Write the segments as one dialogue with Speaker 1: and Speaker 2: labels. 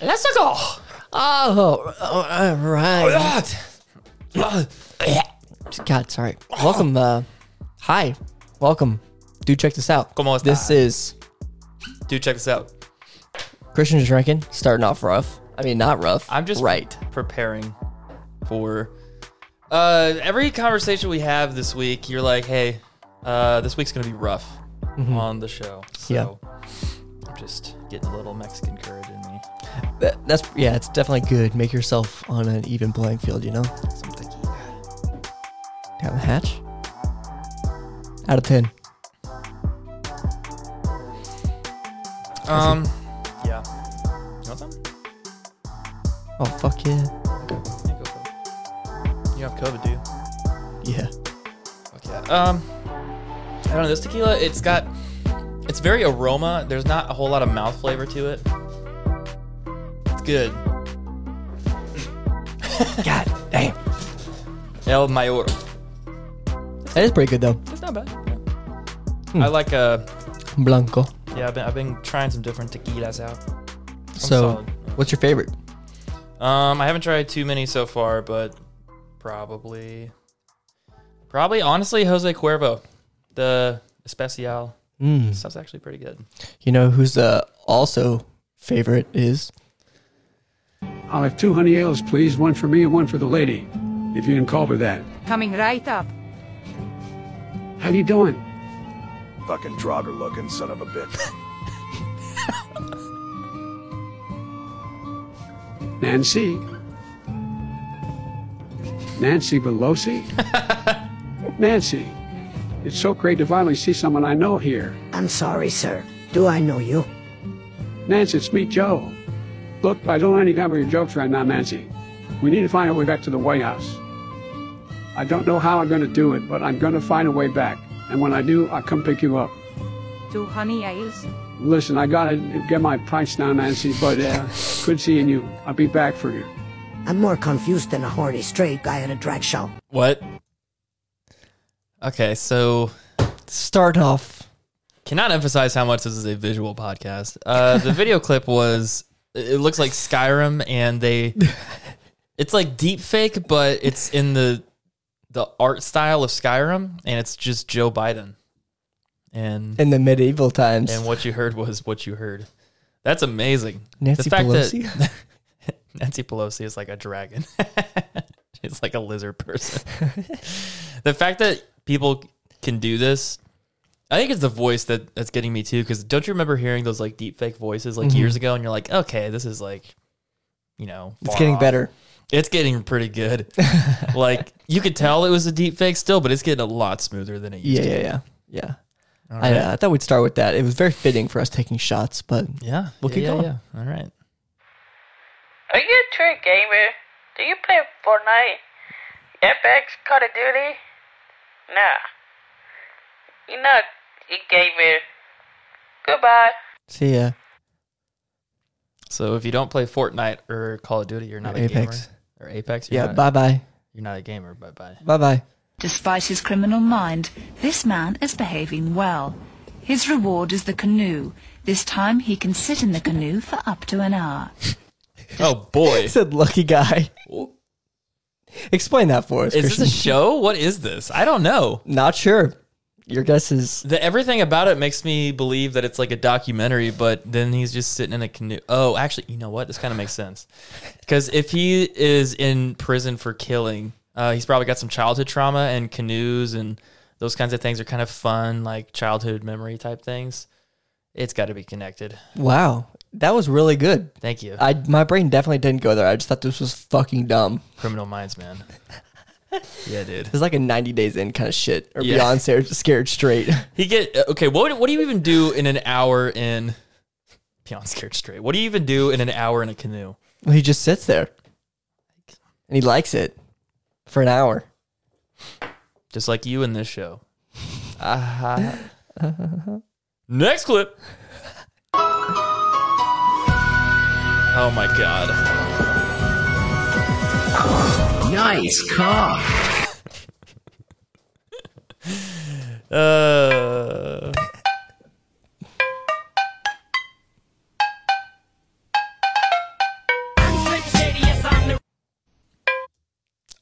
Speaker 1: Let's go. Oh, all right. God, sorry. Welcome. Uh, hi. Welcome. Do check this out.
Speaker 2: ¿Cómo está?
Speaker 1: This is
Speaker 2: Dude, check this out.
Speaker 1: Christian drinking. Starting off rough. I mean, not rough.
Speaker 2: I'm just
Speaker 1: right.
Speaker 2: preparing for uh, every conversation we have this week. You're like, hey, uh, this week's gonna be rough on the show. So I'm just getting a little Mexican courage in me.
Speaker 1: That- that's yeah. It's definitely good. Make yourself on an even playing field. You know.
Speaker 2: So I'm thinking,
Speaker 1: Down the hatch. Out of ten.
Speaker 2: um, yeah. You want some?
Speaker 1: Oh fuck yeah.
Speaker 2: Yeah, go for it. You don't have COVID, do you?
Speaker 1: Yeah.
Speaker 2: Fuck yeah. Um, I don't know. This tequila, it's got, it's very aroma. There's not a whole lot of mouth flavor to it. It's good.
Speaker 1: God damn.
Speaker 2: El Mayor.
Speaker 1: That is pretty good though.
Speaker 2: It's not bad. I like uh
Speaker 1: Blanco.
Speaker 2: yeah, I've been, I've been trying some different tequilas out. I'm
Speaker 1: so,
Speaker 2: solid.
Speaker 1: what's your favorite?
Speaker 2: um, I haven't tried too many so far, but probably, probably honestly, Jose Cuervo, the Especial
Speaker 1: Mm.
Speaker 2: stuff's actually pretty good.
Speaker 1: You know who's uh, also favorite is
Speaker 3: I'll have two honey ales, please. One for me and one for the lady, if you can call her that.
Speaker 4: Coming right up.
Speaker 3: How you doing?
Speaker 5: Fucking Draugr looking son of a bitch.
Speaker 3: Nancy? Nancy Pelosi? Nancy, it's so great to finally see someone I know here.
Speaker 6: I'm sorry, sir. Do I know you?
Speaker 3: Nancy, it's me, Joe. Look, I don't have any time for your jokes right now, Nancy. We need to find our way back to the White House. I don't know how I'm going to do it, but I'm going to find a way back. And when I do, I'll come pick you up.
Speaker 4: Two honey ales.
Speaker 3: Listen, I gotta get my price down, Nancy, but uh, good seeing you. I'll be back for you.
Speaker 6: I'm more confused than a horny straight guy at a drag show.
Speaker 2: What? Okay, so
Speaker 1: start off.
Speaker 2: cannot emphasize how much this is a visual podcast. Uh, the video clip was it looks like Skyrim, and they it's like deep fake, but it's in the the art style of Skyrim, and it's just Joe Biden, and
Speaker 1: in the medieval times.
Speaker 2: and what you heard was what you heard. That's amazing.
Speaker 1: Nancy Pelosi.
Speaker 2: that Nancy Pelosi is like a dragon. She's like a lizard person. the fact that people can do this, I think it's the voice that that's getting me too. Because don't you remember hearing those like deep fake voices like years ago, and you're like, okay, this is like, you know,
Speaker 1: Mm-hmm. it's
Speaker 2: far
Speaker 1: getting
Speaker 2: off.
Speaker 1: better.
Speaker 2: It's getting pretty good. like you could tell it was a deep fake still, but it's getting a lot smoother than it used
Speaker 1: Yeah,
Speaker 2: to.
Speaker 1: yeah, yeah, yeah. I, uh, I thought we'd start with that. It was very fitting for us taking shots, but
Speaker 2: Yeah,
Speaker 1: We'll
Speaker 2: yeah,
Speaker 1: keep
Speaker 2: yeah,
Speaker 1: going.
Speaker 2: yeah. All right.
Speaker 7: Are you a true gamer? Do you play Fortnite, Apex, Call of Duty? Nah. You're not a gamer. Goodbye.
Speaker 1: see ya.
Speaker 2: So if you don't play Fortnite or Call of Duty, you're not
Speaker 1: Or
Speaker 2: a
Speaker 1: Apex.
Speaker 2: gamer. Or Apex, you're
Speaker 1: Yeah,
Speaker 2: not,
Speaker 1: bye bye,
Speaker 2: you're not a gamer. Bye bye.
Speaker 1: bye bye.
Speaker 8: Despite his criminal mind, this man is behaving well. His reward is the canoe. This time he can sit in the canoe for up to an hour.
Speaker 2: Oh boy,
Speaker 1: He said lucky guy. Explain that for us.
Speaker 2: is this
Speaker 1: Christian.
Speaker 2: a show? What is this? I don't know.
Speaker 1: Not sure. Your guess is
Speaker 2: The, everything about it makes me believe that it's like a documentary, but then he's just sitting in a canoe. Oh, actually, you know what? This kind of makes sense because if he is in prison for killing, uh, he's probably got some childhood trauma, and canoes and those kinds of things are kind of fun, like childhood memory type things. It's got to be connected.
Speaker 1: wow. That was really good.
Speaker 2: Thank you,
Speaker 1: I my brain definitely didn't go there. I just thought this was fucking dumb.
Speaker 2: Criminal Minds, man. yeah, dude.
Speaker 1: It's like a 90 days in kind of shit or
Speaker 2: Yeah.
Speaker 1: beyond scared, scared straight.
Speaker 2: He get uh, okay. What what do you even do in an hour in Beyond Scared Straight? What do you even do in an hour in a canoe?
Speaker 1: Well, he just sits there and he likes it for an hour.
Speaker 2: Just like you in this show. Next clip. Oh my god!
Speaker 9: Nice car.
Speaker 2: Uh,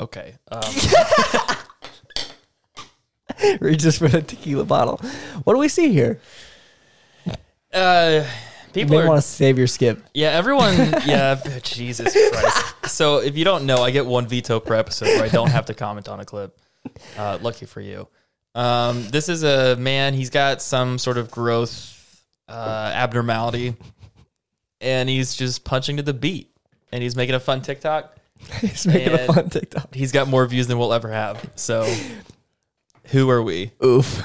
Speaker 2: Okay. Um,
Speaker 1: Reaches for the tequila bottle. What do we see here?
Speaker 2: uh,
Speaker 1: You
Speaker 2: people
Speaker 1: may
Speaker 2: are
Speaker 1: want to save your skip.
Speaker 2: Yeah, everyone. Yeah, but Jesus Christ. So if you don't know, I get one veto per episode where I don't have to comment on a clip. Uh, lucky for you. Um, this is a man. He's got some sort of growth uh, abnormality, and he's just punching to the beat, and he's making a fun TikTok.
Speaker 1: He's making a
Speaker 2: And-
Speaker 1: fun TikTok.
Speaker 2: He's got more views than we'll ever have. So, who are we?
Speaker 1: Oof.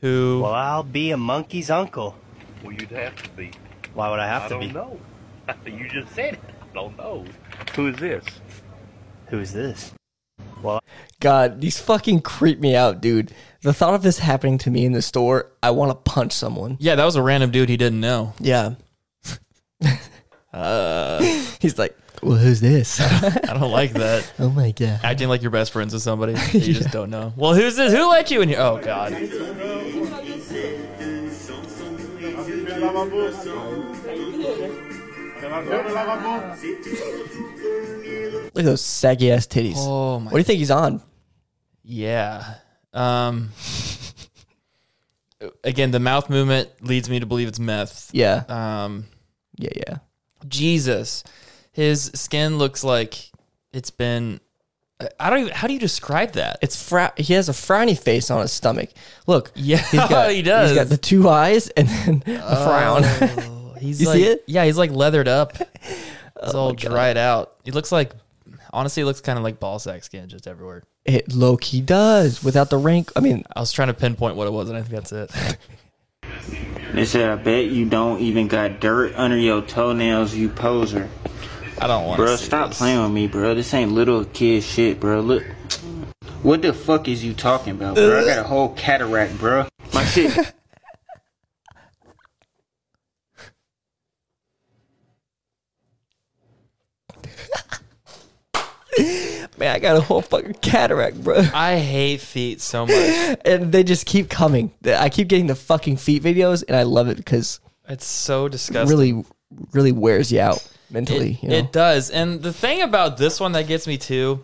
Speaker 2: Who?
Speaker 10: Well, I'll be a monkey's uncle.
Speaker 5: Well, you'd have to be.
Speaker 10: Why would I have to be?
Speaker 5: know. you just said it. I don't know. Who is this?
Speaker 10: Who is this?
Speaker 1: God, these fucking creep me out, dude. The thought of this happening to me in the store, I want to punch someone.
Speaker 2: Yeah, that was a random dude he didn't know.
Speaker 1: Yeah. Uh. He's like, well, who's this?
Speaker 2: I don't like that.
Speaker 1: oh my god.
Speaker 2: acting like you're best friends with somebody that you just don't know. Well, who's this? Who let you in here? Oh God.
Speaker 1: Look at those saggy ass titties.
Speaker 2: Oh, my-
Speaker 1: What do you think he's on?
Speaker 2: Yeah. Um. Again, the mouth movement leads me to believe it's meth.
Speaker 1: Yeah.
Speaker 2: Um.
Speaker 1: yeah, yeah.
Speaker 2: Jesus, his skin looks like it's been. I- I don't even. How do you describe that?
Speaker 1: It's fr- he has a frowny face on his stomach. Look,
Speaker 2: Yeah,
Speaker 1: he's got,
Speaker 2: he does.
Speaker 1: He's got the two eyes and then a frown.
Speaker 2: He's
Speaker 1: You
Speaker 2: like,
Speaker 1: see it? Oh
Speaker 2: Yeah, he's like leathered up. He's all dried out. He looks like. Honestly, it looks kind of like ball sack skin just everywhere.
Speaker 1: it low key does without the rank. I mean,
Speaker 2: I was trying to pinpoint what it was, and I think that's it.
Speaker 10: They said, I bet you don't even got dirt under your toenails, you poser.
Speaker 2: I don't want
Speaker 10: Bro, stop playing with me, bro. This ain't little kid shit, bro. Look. What the fuck is you talking about, bro? I got a whole cataract, bro. My shit.
Speaker 1: man, I got a whole fucking cataract, bro.
Speaker 2: I hate feet so much.
Speaker 1: And they just keep coming. I keep getting the fucking feet videos, and I love it because
Speaker 2: It's so disgusting.
Speaker 1: it really, really wears you out mentally.
Speaker 2: it,
Speaker 1: you know?
Speaker 2: it does. And the thing about this one that gets me too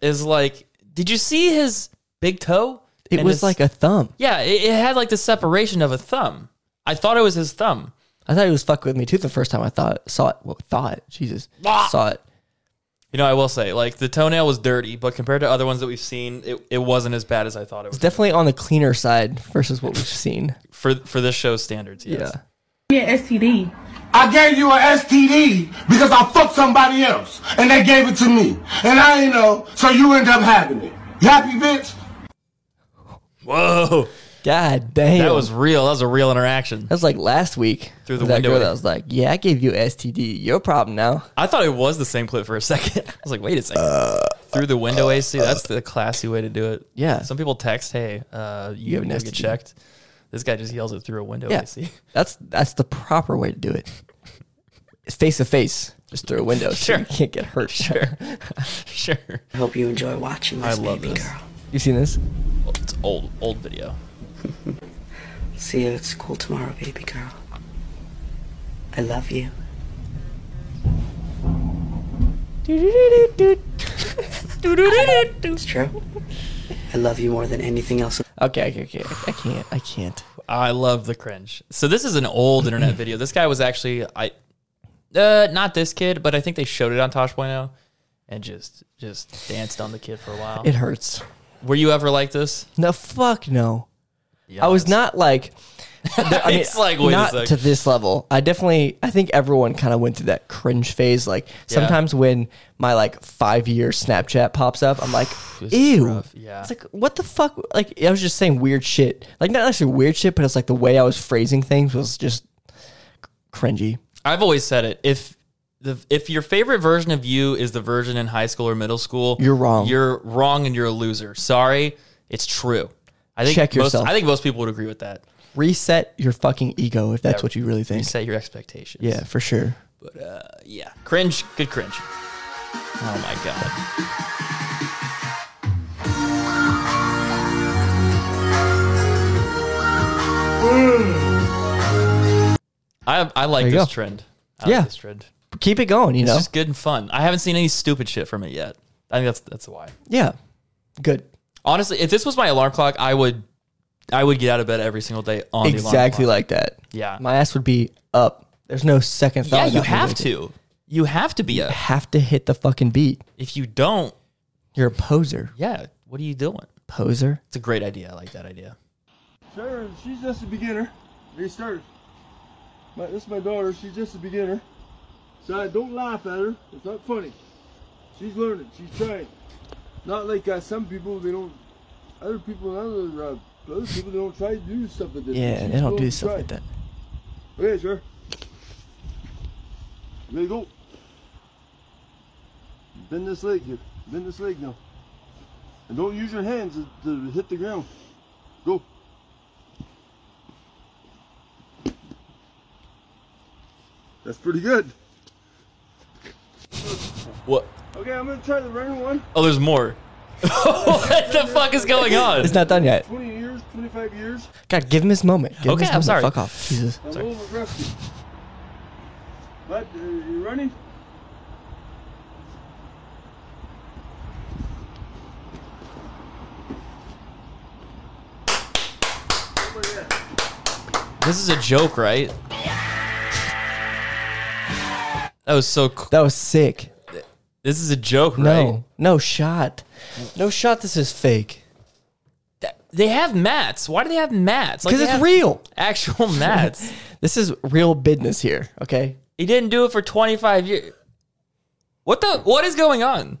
Speaker 2: is like, did you see his big toe?
Speaker 1: It
Speaker 2: And
Speaker 1: was
Speaker 2: his-
Speaker 1: like a thumb.
Speaker 2: yeah, it, it had like the separation of a thumb. I thought it was his thumb.
Speaker 1: I thought he was fucking with me too the first time I thought saw it. Well, thought Jesus saw it.
Speaker 2: You know, I will say, like the toenail was dirty, but compared to other ones that we've seen, it, it wasn't as bad as I thought it was.
Speaker 1: Definitely on the cleaner side versus what we've seen.
Speaker 2: for for this show's standards, yes.
Speaker 1: Yeah.
Speaker 4: Be an STD.
Speaker 9: I gave you an STD because I fucked somebody else, and they gave it to me, and I ain't know, so you end up having it. You happy, bitch?
Speaker 2: Whoa.
Speaker 1: God damn.
Speaker 2: Oh, That was real. That was a real interaction.
Speaker 1: That was like last week.
Speaker 2: Through the
Speaker 1: with that
Speaker 2: window.
Speaker 1: girl that was like, "Yeah, I gave you STD. Your problem now."
Speaker 2: I thought it was the same clip for a second. I was like, wait a second. Through the window AC, that's the classy way to do it.
Speaker 1: Uh, Yeah.
Speaker 2: Some people text, hey, uh, you,
Speaker 1: have an
Speaker 2: gotta get
Speaker 1: STD.
Speaker 2: checked. This guy just yells it through a window
Speaker 1: Yeah,
Speaker 2: AC.
Speaker 1: that's that's the proper way to do it. It's face to face, just through a window, so you
Speaker 2: Sure.
Speaker 1: can't get hurt. Sure.
Speaker 2: sure.
Speaker 6: I hope you enjoy watching
Speaker 2: I
Speaker 6: this
Speaker 2: love
Speaker 6: baby
Speaker 2: this.
Speaker 6: girl.
Speaker 1: You seen this?
Speaker 2: It's old, old video.
Speaker 6: See you at school tomorrow, baby girl. I love you. It's true. I love you more than anything else.
Speaker 1: Okay, okay, okay. I can't. I can't.
Speaker 2: I love the cringe. So this is an old internet video. This guy was actually, I, uh, not this kid, but I think they showed it on Tosh.0 and just, just danced on the kid for a while.
Speaker 1: It hurts.
Speaker 2: Were you ever like this?
Speaker 1: No, fuck no. I was not like. I mean,
Speaker 2: It's like, wait a
Speaker 1: not
Speaker 2: sec.
Speaker 1: to this level. I definitely, I think everyone kind of went through that cringe phase. Like sometimes when my like five year Snapchat pops up, I'm like, ew.
Speaker 2: Yeah.
Speaker 1: It's like what the fuck? Like I was just saying weird shit. Like not actually weird shit, but it's like the way I was phrasing things was just cringy.
Speaker 2: I've always said it. If the if your favorite version of you is the version in high school or middle school,
Speaker 1: You're wrong.
Speaker 2: You're wrong, and you're a loser. Sorry, it's true. I think
Speaker 1: Check
Speaker 2: most,
Speaker 1: yourself.
Speaker 2: I think most people would agree with that.
Speaker 1: Reset your fucking ego if that's what you really think.
Speaker 2: Set your expectations.
Speaker 1: Yeah, for sure.
Speaker 2: yeah. Cringe. Good cringe. Oh my god. I I like
Speaker 1: There
Speaker 2: this
Speaker 1: you go.
Speaker 2: trend. I
Speaker 1: Yeah.
Speaker 2: like this trend.
Speaker 1: Keep it going. You
Speaker 2: It's
Speaker 1: know,
Speaker 2: just good and fun. I haven't seen any stupid shit from it yet. I think that's that's why.
Speaker 1: Yeah. Good.
Speaker 2: Honestly, if this was my alarm clock, I would I would get out of bed every single day on
Speaker 1: exactly
Speaker 2: the alarm
Speaker 1: like that.
Speaker 2: Yeah.
Speaker 1: My ass would be up. There's no second
Speaker 2: clock.
Speaker 1: thought.
Speaker 2: Yeah, you
Speaker 1: about me
Speaker 2: have
Speaker 1: waking.
Speaker 2: to. You have to be
Speaker 1: You
Speaker 2: a.
Speaker 1: have to hit the fucking beat.
Speaker 2: If you don't,
Speaker 1: You're a poser.
Speaker 2: yeah, what are you doing?
Speaker 1: Poser.
Speaker 2: It's a great idea. I like that idea.
Speaker 11: Sure, she's just a beginner. They started. My, this is my daughter. She's just a beginner. So I don't laugh at her. It's not funny. She's learning. She's trying. Not like uh, some people. They don't. Other people. Other uh, other people. They don't try to do stuff like this.
Speaker 1: Yeah,
Speaker 11: She's
Speaker 1: they don't
Speaker 11: willing
Speaker 1: do
Speaker 11: to
Speaker 1: stuff
Speaker 11: try.
Speaker 1: like that.
Speaker 11: Okay, sure. There you go. Bend this leg here. Bend this leg now. And don't use your hands to, to hit the ground. Go. That's pretty good.
Speaker 2: What?
Speaker 11: Okay, I'm gonna try the running one.
Speaker 2: Oh, there's more. what the fuck is going on?
Speaker 1: It's not done yet.
Speaker 11: 20 years, 25 years.
Speaker 1: God, give him his moment. Give him
Speaker 2: Okay,
Speaker 1: his
Speaker 2: I'm
Speaker 1: moment.
Speaker 2: sorry.
Speaker 1: Fuck off. Jesus.
Speaker 11: I'm a little aggressive. But uh, you running?
Speaker 2: This is a joke, right? That was so. Cool.
Speaker 1: That was sick.
Speaker 2: This is a joke,
Speaker 1: No.
Speaker 2: right?
Speaker 1: No shot. No shot. This is fake.
Speaker 2: They have mats. Why do they have mats? Like,
Speaker 1: Because
Speaker 2: they
Speaker 1: it's
Speaker 2: have
Speaker 1: real.
Speaker 2: Actual mats.
Speaker 1: This is real business here. Okay.
Speaker 2: he didn't do it for 25 years. What the? What is going on?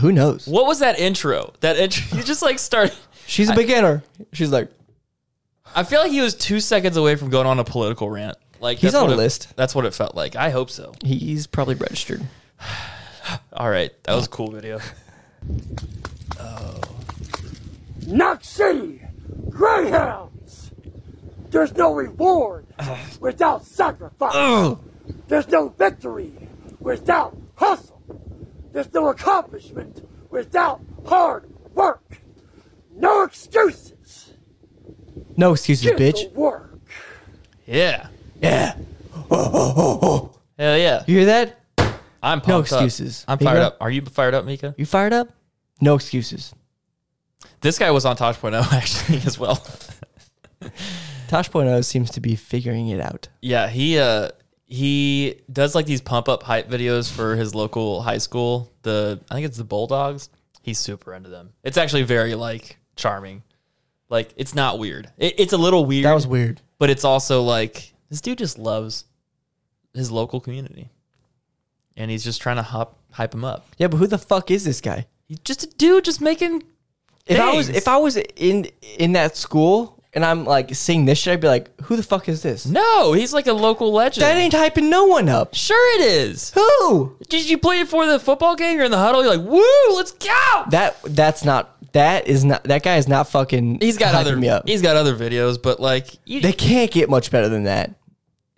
Speaker 1: Who knows?
Speaker 2: What was that intro? That intro. You just like started.
Speaker 1: She's a beginner. She's like,
Speaker 2: I feel like he was two seconds away from going on a political rant. Like
Speaker 1: He's
Speaker 2: that's
Speaker 1: on
Speaker 2: what it-
Speaker 1: a list.
Speaker 2: That's what it felt like. I hope so.
Speaker 1: he's probably registered.
Speaker 2: All right, that was a cool video.
Speaker 6: Knox City Greyhounds. There's no reward
Speaker 2: Uh.
Speaker 6: without sacrifice. There's no victory without hustle. There's no accomplishment without hard work. No excuses.
Speaker 1: No excuses,
Speaker 6: Get
Speaker 1: bitch.
Speaker 6: to work.
Speaker 2: Yeah.
Speaker 1: Yeah.
Speaker 2: Hell yeah.
Speaker 1: You hear that?
Speaker 2: I'm pumped
Speaker 1: No
Speaker 2: up.
Speaker 1: excuses.
Speaker 2: I'm
Speaker 1: Mika?
Speaker 2: fired up. Are you fired up, Mika?
Speaker 1: You fired up? No excuses.
Speaker 2: This guy was on Tosh.0 actually as well.
Speaker 1: Tosh.0 seems to be figuring it out.
Speaker 2: Yeah, he uh he does like these pump up hype videos for his local high school. The I think it's the Bulldogs. He's super into them. It's actually very like charming. Like it's not weird. It, it's a little weird.
Speaker 1: That was weird.
Speaker 2: But it's also like this dude just loves his local community, and he's just trying to hop hype him up.
Speaker 1: Yeah, but who the fuck is this guy?
Speaker 2: He's just a dude just making.
Speaker 1: If I was
Speaker 2: things.
Speaker 1: if I was in in that school and I'm like seeing this shit, I'd be like, who the fuck is this?
Speaker 2: no, he's like a local legend.
Speaker 1: That ain't hyping no one up.
Speaker 2: sure it is.
Speaker 1: Who?
Speaker 2: Did you play it for the football game? You're in the huddle. You're like, woo, let's go.
Speaker 1: That that's not that is not that guy is not fucking
Speaker 2: He's got
Speaker 1: hyping
Speaker 2: other
Speaker 1: me up.
Speaker 2: he's got other videos, but like you,
Speaker 1: They can't get much better than that.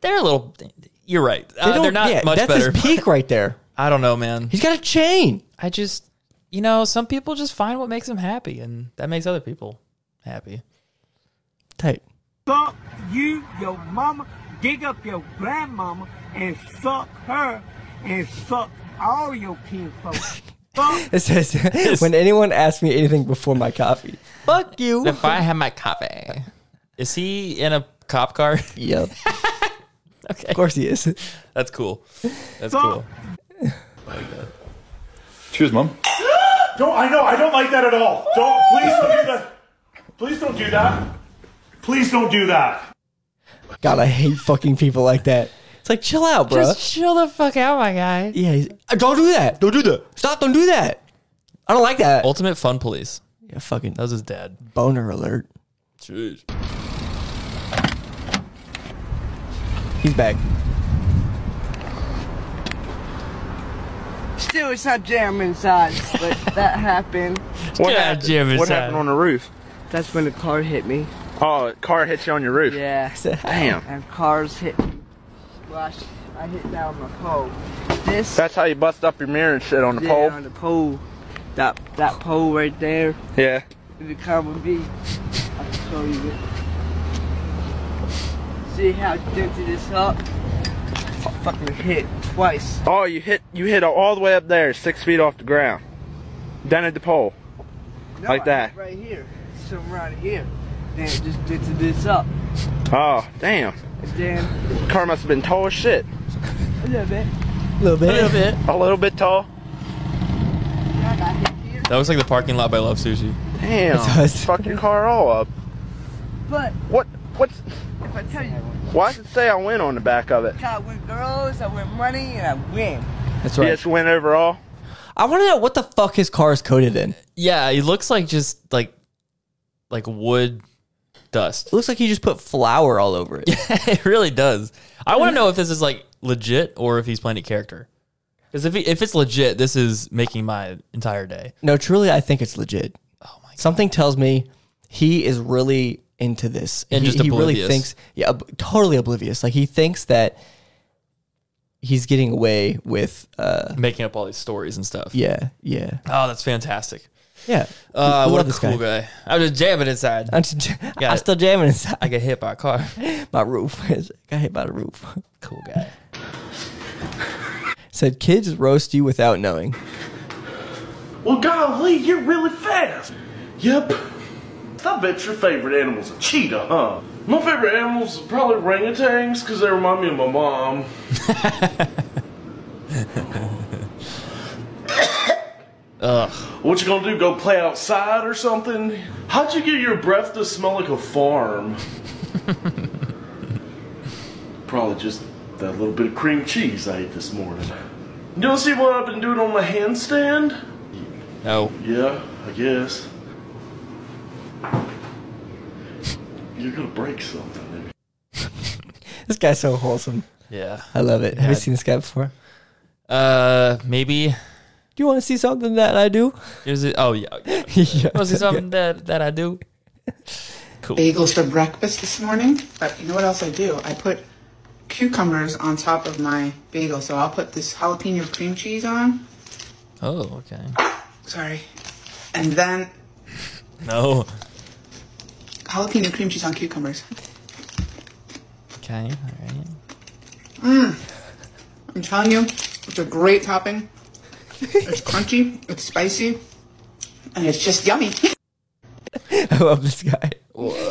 Speaker 2: they, are a little. You're right. They uh,
Speaker 1: don't-
Speaker 2: they're not
Speaker 1: yeah,
Speaker 2: much
Speaker 1: that's
Speaker 2: better.
Speaker 1: his peak right there.
Speaker 2: I don't know, man.
Speaker 1: He's got a chain.
Speaker 2: I just you know some people just find what makes them happy, and that makes other people happy.
Speaker 1: Tight.
Speaker 6: Suck you, your mama, dig up your grandmama, and suck her, and suck all your kinfolk. suck
Speaker 1: It says when anyone asks me anything before my coffee. Fuck you.
Speaker 2: If I have my coffee, is he in a cop car?
Speaker 1: Yep.
Speaker 2: okay,
Speaker 1: Of course he is.
Speaker 2: that's cool. That's cool.
Speaker 12: Cheers, mom.
Speaker 13: Don't I know I don't like that at all. Don't please don't do that. Please don't do that. Please don't do that.
Speaker 1: God, I hate fucking people like that. It's like chill out, bro.
Speaker 2: Just chill the fuck out, my guy.
Speaker 1: yeah, he's, "Uh, don't do that. Don't do that. Stop. Don't do that. I don't like that.
Speaker 2: Ultimate Fun Police.
Speaker 1: Yeah, fucking
Speaker 2: That was his dad.
Speaker 1: boner alert.
Speaker 2: Jeez.
Speaker 1: He's back.
Speaker 14: Still, it's not jam inside, but that happened.
Speaker 2: What Yeah, happened? jam What happened inside. on
Speaker 14: the roof? That's when the car hit me.
Speaker 12: Oh, car hit you on your roof.
Speaker 14: Yeah.
Speaker 12: Damn.
Speaker 14: And cars hit me. Well, I, sh- I hit down my pole. This
Speaker 12: That's how you bust up your mirror and shit on the
Speaker 14: yeah,
Speaker 12: pole.
Speaker 14: on the pole. That that pole right there.
Speaker 12: Yeah.
Speaker 14: If it come with me, I can show you it. See how dented it's up? Fucking hit twice.
Speaker 12: Oh, you hit you hit all the way up there, six feet off the ground.
Speaker 15: down at the pole,
Speaker 16: No,
Speaker 15: like that.
Speaker 16: Right here. Something right here. Then it just did this up.
Speaker 15: Oh, damn.
Speaker 16: Then
Speaker 15: Car must have been tall as shit.
Speaker 16: a little bit.
Speaker 1: A little bit.
Speaker 15: A little bit. A little bit tall.
Speaker 2: That looks like the parking lot by Love Sushi.
Speaker 15: Damn.
Speaker 2: It does.
Speaker 15: Fuck your car all up.
Speaker 16: But
Speaker 15: what? What's?
Speaker 16: If I tell you,
Speaker 15: Why does it say I win on the back of it?
Speaker 16: I win girls, I win money, and I win.
Speaker 1: That's right.
Speaker 15: He just win overall.
Speaker 1: I want to know what the fuck his car is coated in.
Speaker 2: Yeah, it looks like just like like wood dust. It
Speaker 1: looks like he just put flour all over it.
Speaker 2: Yeah, it really does. I want to know if this is like legit or if he's playing a character. Because if he, if it's legit, this is making my entire day.
Speaker 1: No, truly, I think it's legit. Oh my! Something tells me he is really into this,
Speaker 2: And
Speaker 1: he,
Speaker 2: just
Speaker 1: he really
Speaker 2: oblivious.
Speaker 1: thinks, yeah, ob- totally oblivious. Like he thinks that he's getting away with, uh,
Speaker 2: Making up all these stories and stuff.
Speaker 1: yeah, yeah,
Speaker 2: Oh, that's fantastic.
Speaker 1: yeah.
Speaker 2: Uh,
Speaker 1: We- we
Speaker 2: what
Speaker 1: love
Speaker 2: a cool guy. I'm just jamming inside.
Speaker 1: I'm just jam-
Speaker 2: Got
Speaker 1: I'm
Speaker 2: it.
Speaker 1: still jamming inside.
Speaker 2: I get hit by a car.
Speaker 1: My roof is got hit by the roof.
Speaker 2: Cool guy.
Speaker 1: Said kids roast you without knowing.
Speaker 11: Well, golly, you're really fast. Yep. I bet your favorite animal's a cheetah, huh? My favorite animal's probably orangutans because they remind me of my mom. Ugh. What you gonna do? Go play outside or something? How'd you get your breath to smell like a farm? Probably just that little bit of cream cheese I ate this morning. You don't see what I've been doing on my handstand?
Speaker 2: No.
Speaker 11: Yeah, I guess. You're gonna break something.
Speaker 1: This guy's so wholesome.
Speaker 2: Yeah.
Speaker 1: I love it. Have
Speaker 2: Yeah.
Speaker 1: you seen this guy before?
Speaker 2: Uh, maybe.
Speaker 1: Do you want to see something that I do? uh,
Speaker 2: Is it? Oh yeah.
Speaker 1: Yeah.
Speaker 2: Was it something that that I do? Cool.
Speaker 17: Bagels for breakfast this morning, but you know what else I do? I put cucumbers on top of my bagel. So I'll put this jalapeno cream cheese on.
Speaker 2: Oh okay.
Speaker 17: Sorry. And then
Speaker 2: No.
Speaker 17: jalapeno cream cheese on cucumbers.
Speaker 2: Okay. All right.
Speaker 17: Mmm. I'm telling you, it's a great topping. It's crunchy, it's spicy, and it's just yummy.
Speaker 1: I love this guy.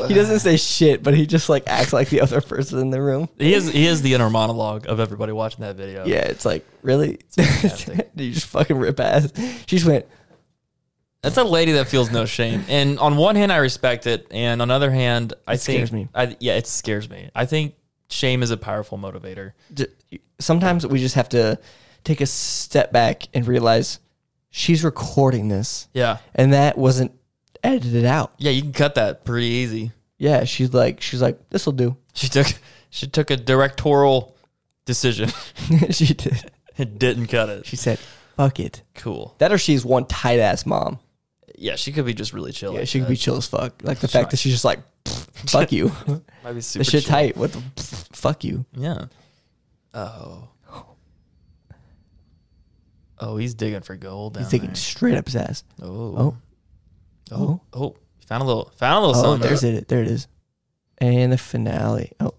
Speaker 1: He doesn't say shit, but he just like acts like the other person in the room.
Speaker 2: He is he is the inner monologue of everybody watching that video.
Speaker 1: Yeah, it's like really. Did you just fucking rip ass? She just went.
Speaker 2: That's a lady that feels no shame. And on one hand, I respect it, and on the other hand, I
Speaker 1: It
Speaker 2: think
Speaker 1: scares me.
Speaker 2: I, yeah, it scares me. I think shame is a powerful motivator.
Speaker 1: d- Sometimes we just have to take a step back and realize she's recording this.
Speaker 2: Yeah.
Speaker 1: and that wasn't edited out.
Speaker 2: Yeah, you can cut that pretty easy.
Speaker 1: Yeah, she's like, she's like, this will do.
Speaker 2: She took she took a directorial decision.
Speaker 1: she did.
Speaker 2: It didn't cut it.
Speaker 1: She said, "Fuck it."
Speaker 2: Cool.
Speaker 1: That or she's one tight ass mom.
Speaker 2: Yeah, she could be just really chill.
Speaker 1: Yeah,
Speaker 2: like
Speaker 1: she could
Speaker 2: that.
Speaker 1: be chill as fuck. Like the
Speaker 2: She
Speaker 1: fact
Speaker 2: might-
Speaker 1: that she's just like, fuck you.
Speaker 2: Might be
Speaker 1: This
Speaker 2: super
Speaker 1: shit
Speaker 2: chill.
Speaker 1: tight. What the fuck you?
Speaker 2: Yeah. Oh. Oh, he's digging for gold. Down
Speaker 1: He's taking
Speaker 2: there.
Speaker 1: straight up his ass.
Speaker 2: Oh. Oh.
Speaker 1: Oh.
Speaker 2: Oh. Found a little. Found a little
Speaker 1: Oh,
Speaker 2: something.
Speaker 1: there's it. There it is. And the finale. Oh.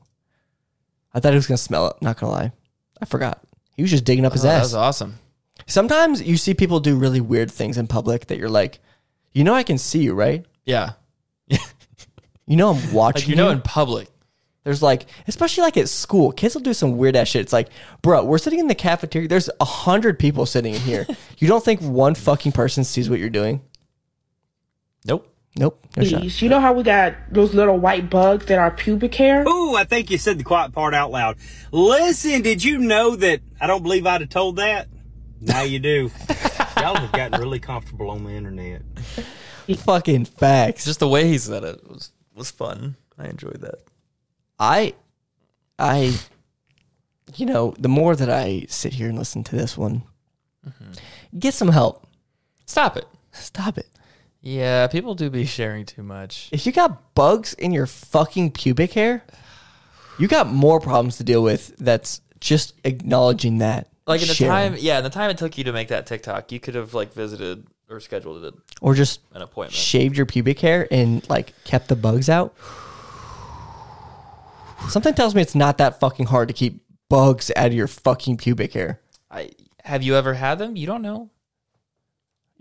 Speaker 1: I thought he was gonna smell it, not gonna lie. I forgot. He was just digging up his
Speaker 2: Oh,
Speaker 1: ass.
Speaker 2: That was awesome.
Speaker 1: Sometimes you see people do really weird things in public that you're like, you know I can see you, right?
Speaker 2: Yeah.
Speaker 1: You know I'm watching
Speaker 2: Like you know, in public,
Speaker 1: There's like, especially like at school, kids will do some weird ass shit. It's like, bro, we're sitting in the cafeteria. There's a hundred people sitting in here. you don't think one fucking person sees what you're doing?
Speaker 2: Nope.
Speaker 1: Nope. No shot.
Speaker 18: Please, you know how we got those little white bugs that are pubic hair? Ooh, I think you said the quiet part out loud.
Speaker 2: Uh.
Speaker 18: Listen, did you know that I don't believe I'd have told that? Now you do. Y'all have gotten really comfortable on the internet.
Speaker 1: fucking facts.
Speaker 2: Just the way he said it was was fun. I enjoyed that.
Speaker 1: I, I, you know, the more that I sit here and listen to this one, get some help.
Speaker 2: Mm-hmm. Stop it.
Speaker 1: Stop it.
Speaker 2: Yeah, people do be sharing too much.
Speaker 1: If you got bugs in your fucking pubic hair, you got more problems to deal with. That's just acknowledging that.
Speaker 2: Like in the
Speaker 1: Sharing.
Speaker 2: time, yeah, in the time it took you to make that TikTok, you could have like visited or scheduled it,
Speaker 1: or just
Speaker 2: an appointment.
Speaker 1: shaved your pubic hair and like kept the bugs out. Something tells me it's not that fucking hard to keep bugs out of your fucking pubic hair.
Speaker 2: I have you ever had them? You don't know.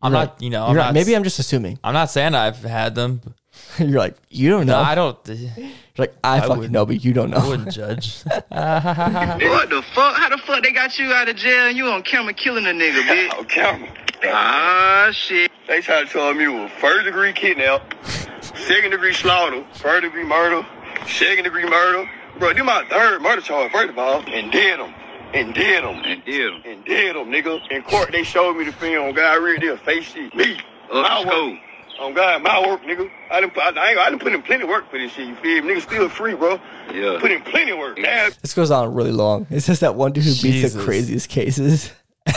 Speaker 2: I'm
Speaker 1: You're
Speaker 2: not,
Speaker 1: right.
Speaker 2: you know,
Speaker 1: You're
Speaker 2: I'm
Speaker 1: right.
Speaker 2: not,
Speaker 1: Maybe I'm just assuming.
Speaker 2: I'm not saying I've had them.
Speaker 1: You're like, you don't
Speaker 2: No,
Speaker 1: know.
Speaker 2: I don't.
Speaker 1: You're like, I, fucking
Speaker 2: wouldn't-
Speaker 1: know, but you don't know.
Speaker 2: I wouldn't judge.
Speaker 12: what the fuck? How the fuck they got you out of jail and you on camera killing a nigga, bitch? on camera. Ah, shit. They tried to tell me it was first degree kidnap, second degree slaughter, first degree murder, second degree murder. Bro, do my third murder charge, first of all, and did them. And did them. And did them. And did them, nigga. In court, they showed me the film. God, real deal, face shit. Me. my work. On God, my work, nigga. I done, put, I, ain't- I done put in plenty of work for this shit, you feel me? Nigga still free, bro. Yeah. Put in plenty of work. Damn.
Speaker 1: This goes on really long. It's just that one dude who beats the
Speaker 2: Jesus.
Speaker 1: craziest cases.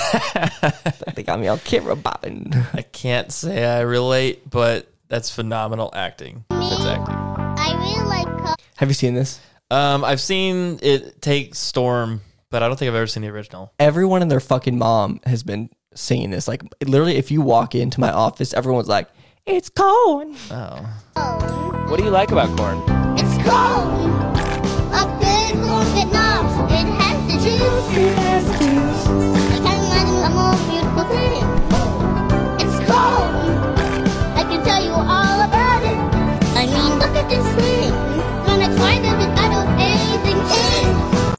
Speaker 1: they got me on camera bopping.
Speaker 2: I can't say I relate, but that's phenomenal acting. That's acting.
Speaker 1: Have you seen this?
Speaker 2: Um, I've seen it take Storm, but I don't think I've ever seen the original.
Speaker 1: Everyone and their fucking mom has been singing this. Like literally, if you walk into my office, everyone's like, It's cold.
Speaker 2: "Oh,
Speaker 1: what do you like about corn?"
Speaker 11: It's cold. A good warm Vietnam. It has the juice. It has the juice. I can't imagine a more beautiful thing. It's cold. I can tell you all about it. I mean, look at this thing. When I tried it, I don't anything in.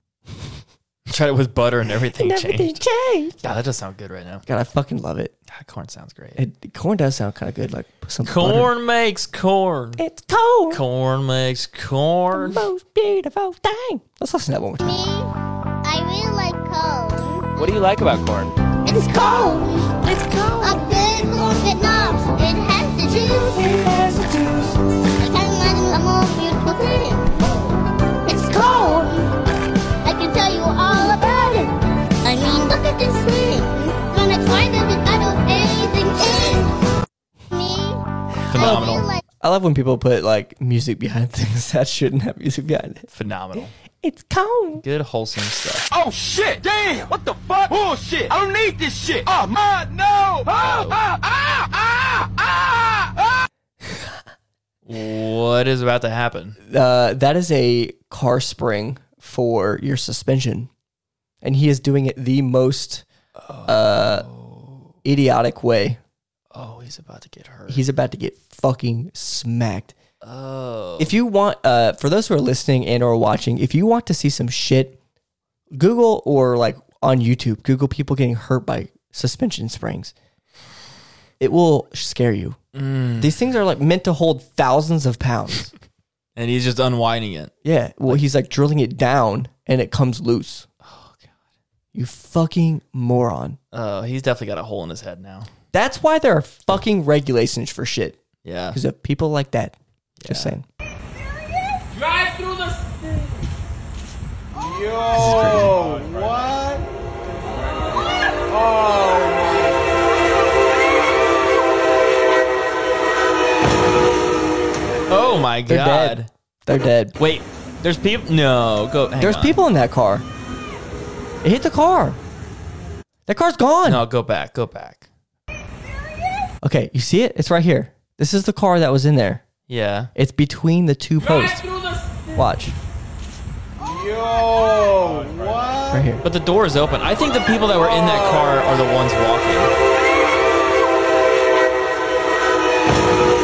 Speaker 2: tried it with butter and everything
Speaker 11: everything
Speaker 2: changed. God, that does sound good right now.
Speaker 1: God, I fucking love it.
Speaker 2: God, corn sounds great.
Speaker 1: It, corn does sound kind of good. Like put some butter.
Speaker 2: Corn makes corn.
Speaker 1: It's cold.
Speaker 2: Corn makes corn.
Speaker 1: Most beautiful thing. Let's listen to that one more time.
Speaker 11: I really like cold.
Speaker 2: What do you like about corn?
Speaker 11: It's cold. It's cold. A good warm Vietnam. It has the juice. It has the juice. I can't imagine a more beautiful thing. It's cold. I can tell you all about it. I mean, look at this thing. When I tried it, I don't anything in.
Speaker 2: Phenomenal.
Speaker 1: I love when people put like music behind things that shouldn't have music behind it.
Speaker 2: Phenomenal.
Speaker 1: It's cold.
Speaker 2: Good wholesome stuff.
Speaker 19: Oh shit! Damn! What the fuck? Bullshit! I don't need this shit! Oh my no! Ah, ah, ah, ah, ah, ah.
Speaker 2: What is about to happen?
Speaker 1: Uh, that is a car spring for your suspension, and he is doing it the most uh, idiotic way.
Speaker 2: Oh, he's about to get hurt.
Speaker 1: He's about to get fucking smacked.
Speaker 2: Oh.
Speaker 1: If you want, uh, for those who are listening and or watching, if you want to see some shit, Google or like on YouTube, Google people getting hurt by suspension springs. It will scare you.
Speaker 2: Mm.
Speaker 1: These things are like meant to hold thousands of pounds.
Speaker 2: And he's just unwinding it.
Speaker 1: yeah. Well, he's like drilling it down and it comes loose. Oh god. You fucking moron.
Speaker 2: Oh, he's definitely got a hole in his head now.
Speaker 1: That's why there are fucking regulations for shit.
Speaker 2: Yeah.
Speaker 1: Because of people like that. Just saying.
Speaker 19: Drive through the. Yo, what?
Speaker 2: Oh my
Speaker 1: They're
Speaker 2: god.
Speaker 1: dead. They're dead.
Speaker 2: Wait, there's people. No, go. hang
Speaker 1: There's
Speaker 2: on.
Speaker 1: people in that car. It hit the car. That car's gone.
Speaker 2: No, go back. Go back.
Speaker 1: Okay, you see it? It's right here. This is the car that was in there.
Speaker 2: Yeah.
Speaker 1: It's between the two posts. Watch.
Speaker 19: Yo, what?
Speaker 1: Right here.
Speaker 2: But the door is open. I think the people that were in that car are the ones walking.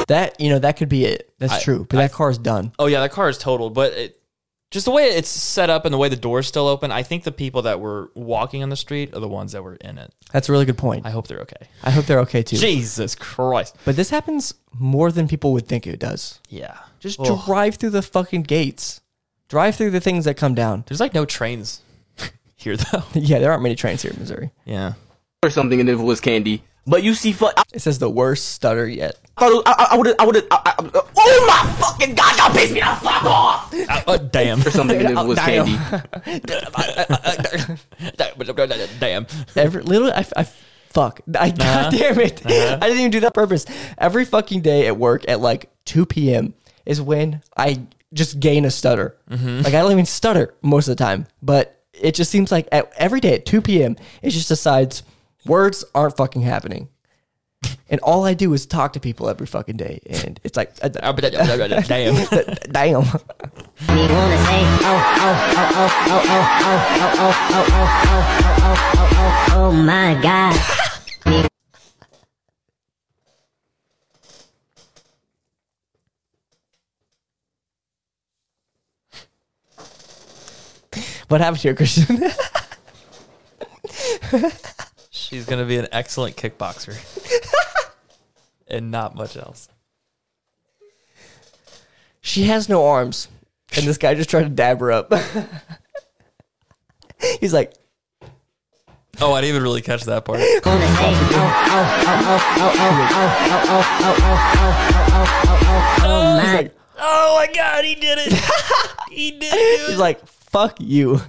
Speaker 1: That you know, that could be it. That's
Speaker 2: I-
Speaker 1: true. But that car's done.
Speaker 2: Oh yeah, that car is totaled. But it, just the way it's set up and the way the door is still open, I think the people that were walking on the street are the ones that were in it.
Speaker 1: That's a really good point.
Speaker 2: I hope they're okay.
Speaker 1: I hope they're okay too.
Speaker 2: Jesus Christ.
Speaker 1: But this happens more than people would think it does.
Speaker 2: Yeah.
Speaker 1: Just
Speaker 2: Ugh.
Speaker 1: drive through the fucking gates. Drive through the things that come down.
Speaker 2: There's like no trains here though.
Speaker 1: Yeah, there aren't many trains here in Missouri.
Speaker 2: Yeah.
Speaker 14: Or something, and if it was candy. But you see, fuck. I
Speaker 1: It says the worst stutter yet.
Speaker 14: thought it was- I, I would have. I would have. Oh my fucking god! Y'all pissed me the fuck off.
Speaker 2: Uh, uh, damn.
Speaker 14: Or something, and if it was candy.
Speaker 2: damn.
Speaker 1: Every little I, I fuck. I
Speaker 2: Uh-huh.
Speaker 1: god damn it.
Speaker 2: Uh-huh.
Speaker 1: I didn't even do that on purpose. Every fucking day at work at like 2 p.m. is when I just gain a stutter.
Speaker 2: Mm-hmm.
Speaker 1: Like I don't even stutter most of the time, but it just seems like at, every day at 2 p.m. it just decides words aren't fucking happening. And all I do is talk to people every fucking day, and it's like
Speaker 2: Damn.
Speaker 1: damn.
Speaker 6: Oh my god.
Speaker 1: What happened here, Christian?
Speaker 2: She's gonna be an excellent kickboxer, and not much else.
Speaker 1: she has no arms, and this guy just tried to dab her up. He's like,
Speaker 2: Oh, I didn't even really catch that part.
Speaker 1: oh, He's like,
Speaker 20: Oh my god, he did it! he did it!
Speaker 1: He's like, fuck you. you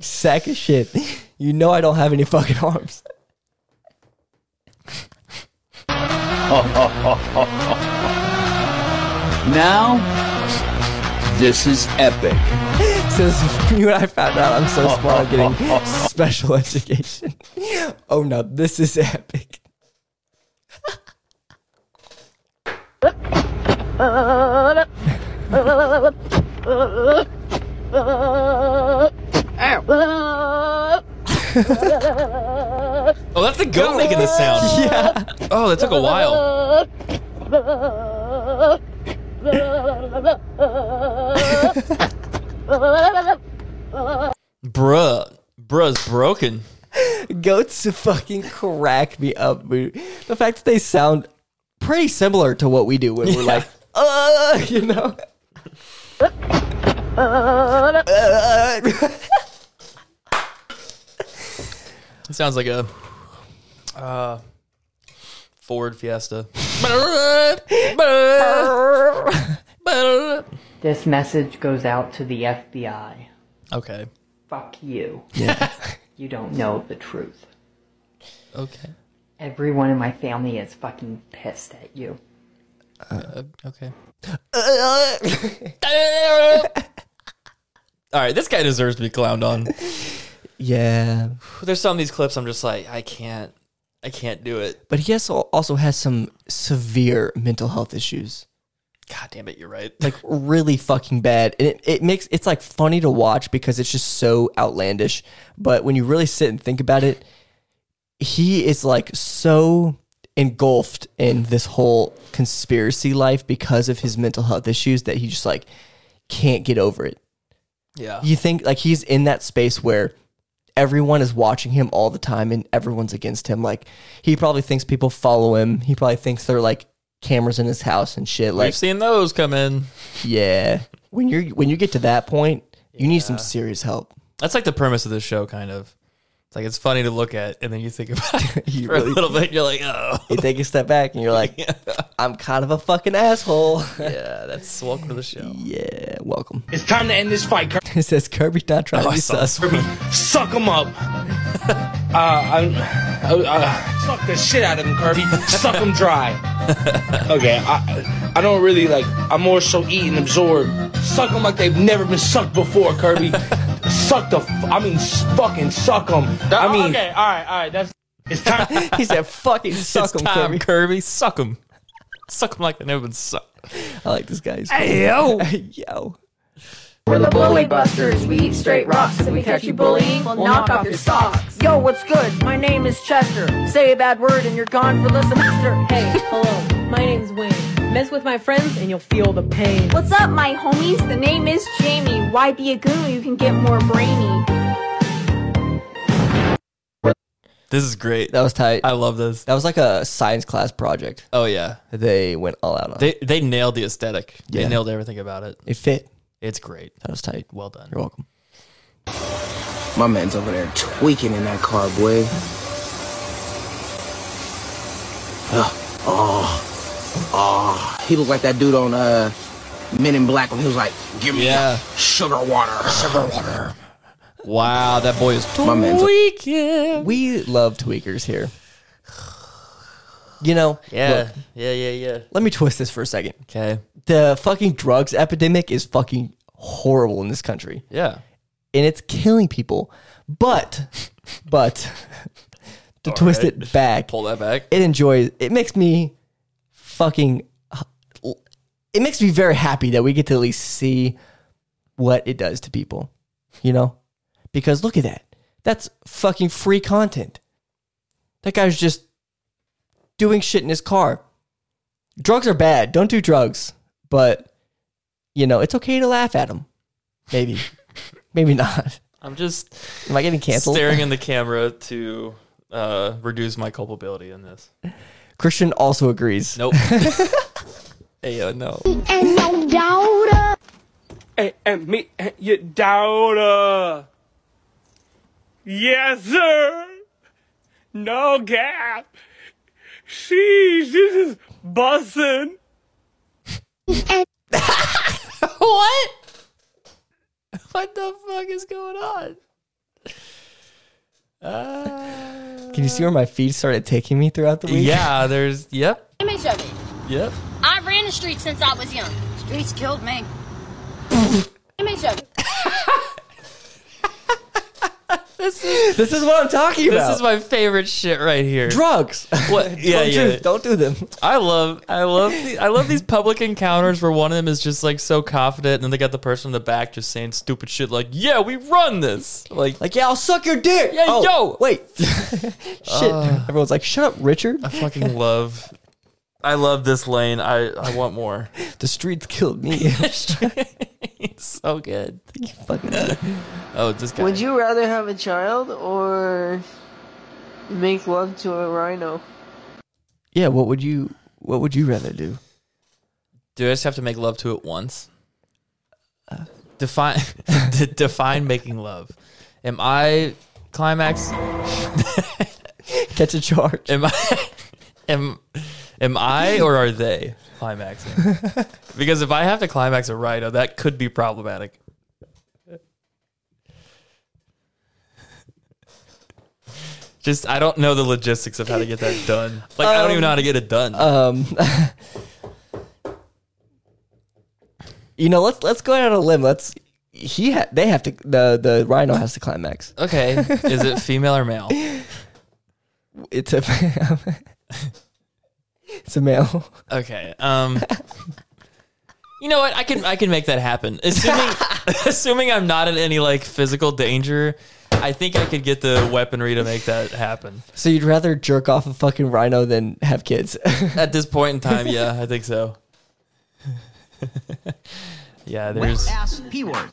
Speaker 1: Sack of shit. You know I don't have any fucking arms.
Speaker 21: Now, this is epic.
Speaker 1: Since you and I found out I'm
Speaker 20: Oh,
Speaker 1: so small at getting special education. Oh no, this is epic.
Speaker 2: Oh, that's the goat making the sound.
Speaker 1: Yeah.
Speaker 2: Oh, that took a while. Bruh, bruh's broken.
Speaker 1: Goats fucking crack me up, dude. The fact that they sound pretty similar to what we do when we're like, uh, you know.
Speaker 2: It sounds like a uh, Ford Fiesta.
Speaker 22: This message goes out to the FBI.
Speaker 2: Okay.
Speaker 22: Fuck you.
Speaker 2: Yeah.
Speaker 22: you don't know the truth.
Speaker 2: Okay.
Speaker 22: Everyone in my family is fucking pissed at you.
Speaker 2: Uh, okay. All right, this guy deserves to be clowned on.
Speaker 1: yeah.
Speaker 2: There's some of these clips I'm just like, I can't, I can't do it.
Speaker 1: But he also also has some severe mental health issues.
Speaker 2: God damn it, you're right.
Speaker 1: Like really fucking bad. And it, it makes it's like funny to watch because it's just so outlandish. But when you really sit and think about it, he is like so engulfed in this whole conspiracy life because of his mental health issues that he just like can't get over it.
Speaker 2: Yeah.
Speaker 1: You think like he's in that space where everyone is watching him all the time and everyone's against him. Like he probably thinks people follow him. He probably thinks they're like cameras in his house and shit. Like
Speaker 2: We've seen those come in.
Speaker 1: yeah. When you're when you get to that point, you need some serious help.
Speaker 2: That's like the premise of this show, kind of. It's like it's funny to look at, and then you think about it
Speaker 1: You
Speaker 2: for
Speaker 1: really-
Speaker 2: a little bit. and You're like, oh,
Speaker 1: You take a step back and you're like, I'm kind of a fucking asshole.
Speaker 2: yeah, that's welcome to the show.
Speaker 1: Yeah, welcome.
Speaker 23: It's time to end this fight, Kirby.
Speaker 1: It says Kirby's not trying to
Speaker 2: Oh,
Speaker 1: be sus.
Speaker 23: Kirby, suck him up. Uh, I, uh, uh, suck the shit out of him, Kirby. suck him dry. Okay, I, I don't really like. I'm more so eat and absorb. Suck them like they've never been sucked before, Kirby. suck the. F- I mean, s- fucking suck them.
Speaker 18: Oh,
Speaker 23: I mean,
Speaker 20: okay,
Speaker 23: all right, all right. That's it's time.
Speaker 1: he said, "Fucking
Speaker 2: suck it's time, Kirby. Suck him. Suck him like they never been sucked.
Speaker 1: I like this guy. He's
Speaker 20: Hey, yo.
Speaker 1: yo.
Speaker 24: We're the bully busters. We eat straight rocks. If we catch you bullying, we'll knock off your socks. Yo, what's good? My name is Chester. Say a bad word and you're gone for the semester. Hey, hello. My name's Wayne. Mess with my friends and you'll feel the pain.
Speaker 25: What's up, my homies? The name is Jamie. Why be a goon? You can get more brainy.
Speaker 2: This is great.
Speaker 1: That was tight. I
Speaker 2: love this.
Speaker 1: That was like a science class project.
Speaker 2: Oh yeah,
Speaker 1: they went all out on.
Speaker 2: They they nailed the aesthetic.
Speaker 1: Yeah.
Speaker 2: They nailed everything about it.
Speaker 1: It fit.
Speaker 2: It's great.
Speaker 1: That was tight.
Speaker 2: Well done.
Speaker 1: You're welcome.
Speaker 23: My man's over there tweaking in that car, boy. Ugh. Oh, oh. He looked like that dude on uh, Men in Black when he was like, "Give me
Speaker 2: Yeah.
Speaker 23: sugar water, sugar water."
Speaker 2: Wow, that boy is
Speaker 23: My man's a-
Speaker 1: We love tweakers here. You know,
Speaker 2: Yeah,
Speaker 1: look,
Speaker 2: yeah, yeah, yeah.
Speaker 1: let me twist this for a second.
Speaker 2: Okay.
Speaker 1: The fucking drugs epidemic is fucking horrible in this country.
Speaker 2: Yeah.
Speaker 1: And it's killing people. But, but, to
Speaker 2: All
Speaker 1: twist
Speaker 2: right.
Speaker 1: it back,
Speaker 2: Pull that back.
Speaker 1: it enjoys, it makes me fucking, it makes me very happy that we get to at least see what it does to people, you know? Because look at that. That's fucking free content. That guy's just doing shit in his car. Drugs are bad. Don't do drugs. But, you know, it's okay to laugh at them. Maybe. Maybe not.
Speaker 2: I'm just.
Speaker 1: Am I getting canceled?
Speaker 2: Staring in the camera to uh, reduce my culpability in this.
Speaker 1: Christian also agrees.
Speaker 2: Nope. hey, uh, no.
Speaker 20: And no daughter.
Speaker 15: And, and me, and your daughter. Yes, sir. No gap. Sheesh, this is bussin'.
Speaker 2: what? What the fuck is going on?
Speaker 1: Can you see where my feed started taking me throughout the week?
Speaker 2: Yeah, there's. Yep.
Speaker 3: Image of it.
Speaker 2: Yep.
Speaker 3: I ran the streets since I was young. Streets killed me. Image of it.
Speaker 2: This is,
Speaker 1: this is what I'm talking about.
Speaker 2: This is my favorite shit right here.
Speaker 1: Drugs.
Speaker 2: What? Yeah,
Speaker 1: Don't
Speaker 2: yeah.
Speaker 1: do- don't do them.
Speaker 2: I love, I love, the, I love these public encounters where one of them is just like so confident, and then they got the person in the back just saying stupid shit like, "Yeah, we run this." Like,
Speaker 1: like yeah, Uh. I'll suck your dick.
Speaker 2: Yeah,
Speaker 1: Oh,
Speaker 2: yo,
Speaker 1: wait. Shit. Everyone's like, shut up, Richard.
Speaker 2: I fucking love. I love this lane. I, I want more.
Speaker 1: the streets killed me.
Speaker 2: so good.
Speaker 1: You fucking.
Speaker 2: Oh, this guy.
Speaker 5: Would you rather have a child or make love to a rhino?
Speaker 1: Yeah. What would you? What would you rather do?
Speaker 2: Do I just have to make love to it once? Define de- define making love. Am I climax?
Speaker 1: Catch a charge.
Speaker 2: Am I am am I or are they climaxing? because if I have to climax a rhino, that could be problematic. Just I don't know the logistics of how to get that done. Like I don't even know how to get it done.
Speaker 1: Um. you know, let's let's go out on a limb. Let's. He ha- they have to the the rhino has to climax.
Speaker 2: Okay. Is it female or male?
Speaker 1: It's a it's a male.
Speaker 2: Okay. Um You know what? I can I can make that happen. Assuming assuming I'm not in any like physical danger, I think I could get the weaponry to make that happen.
Speaker 1: So you'd rather jerk off a fucking rhino than have kids?
Speaker 2: At this point in time, yeah, I think so. yeah, there's
Speaker 7: ass P word.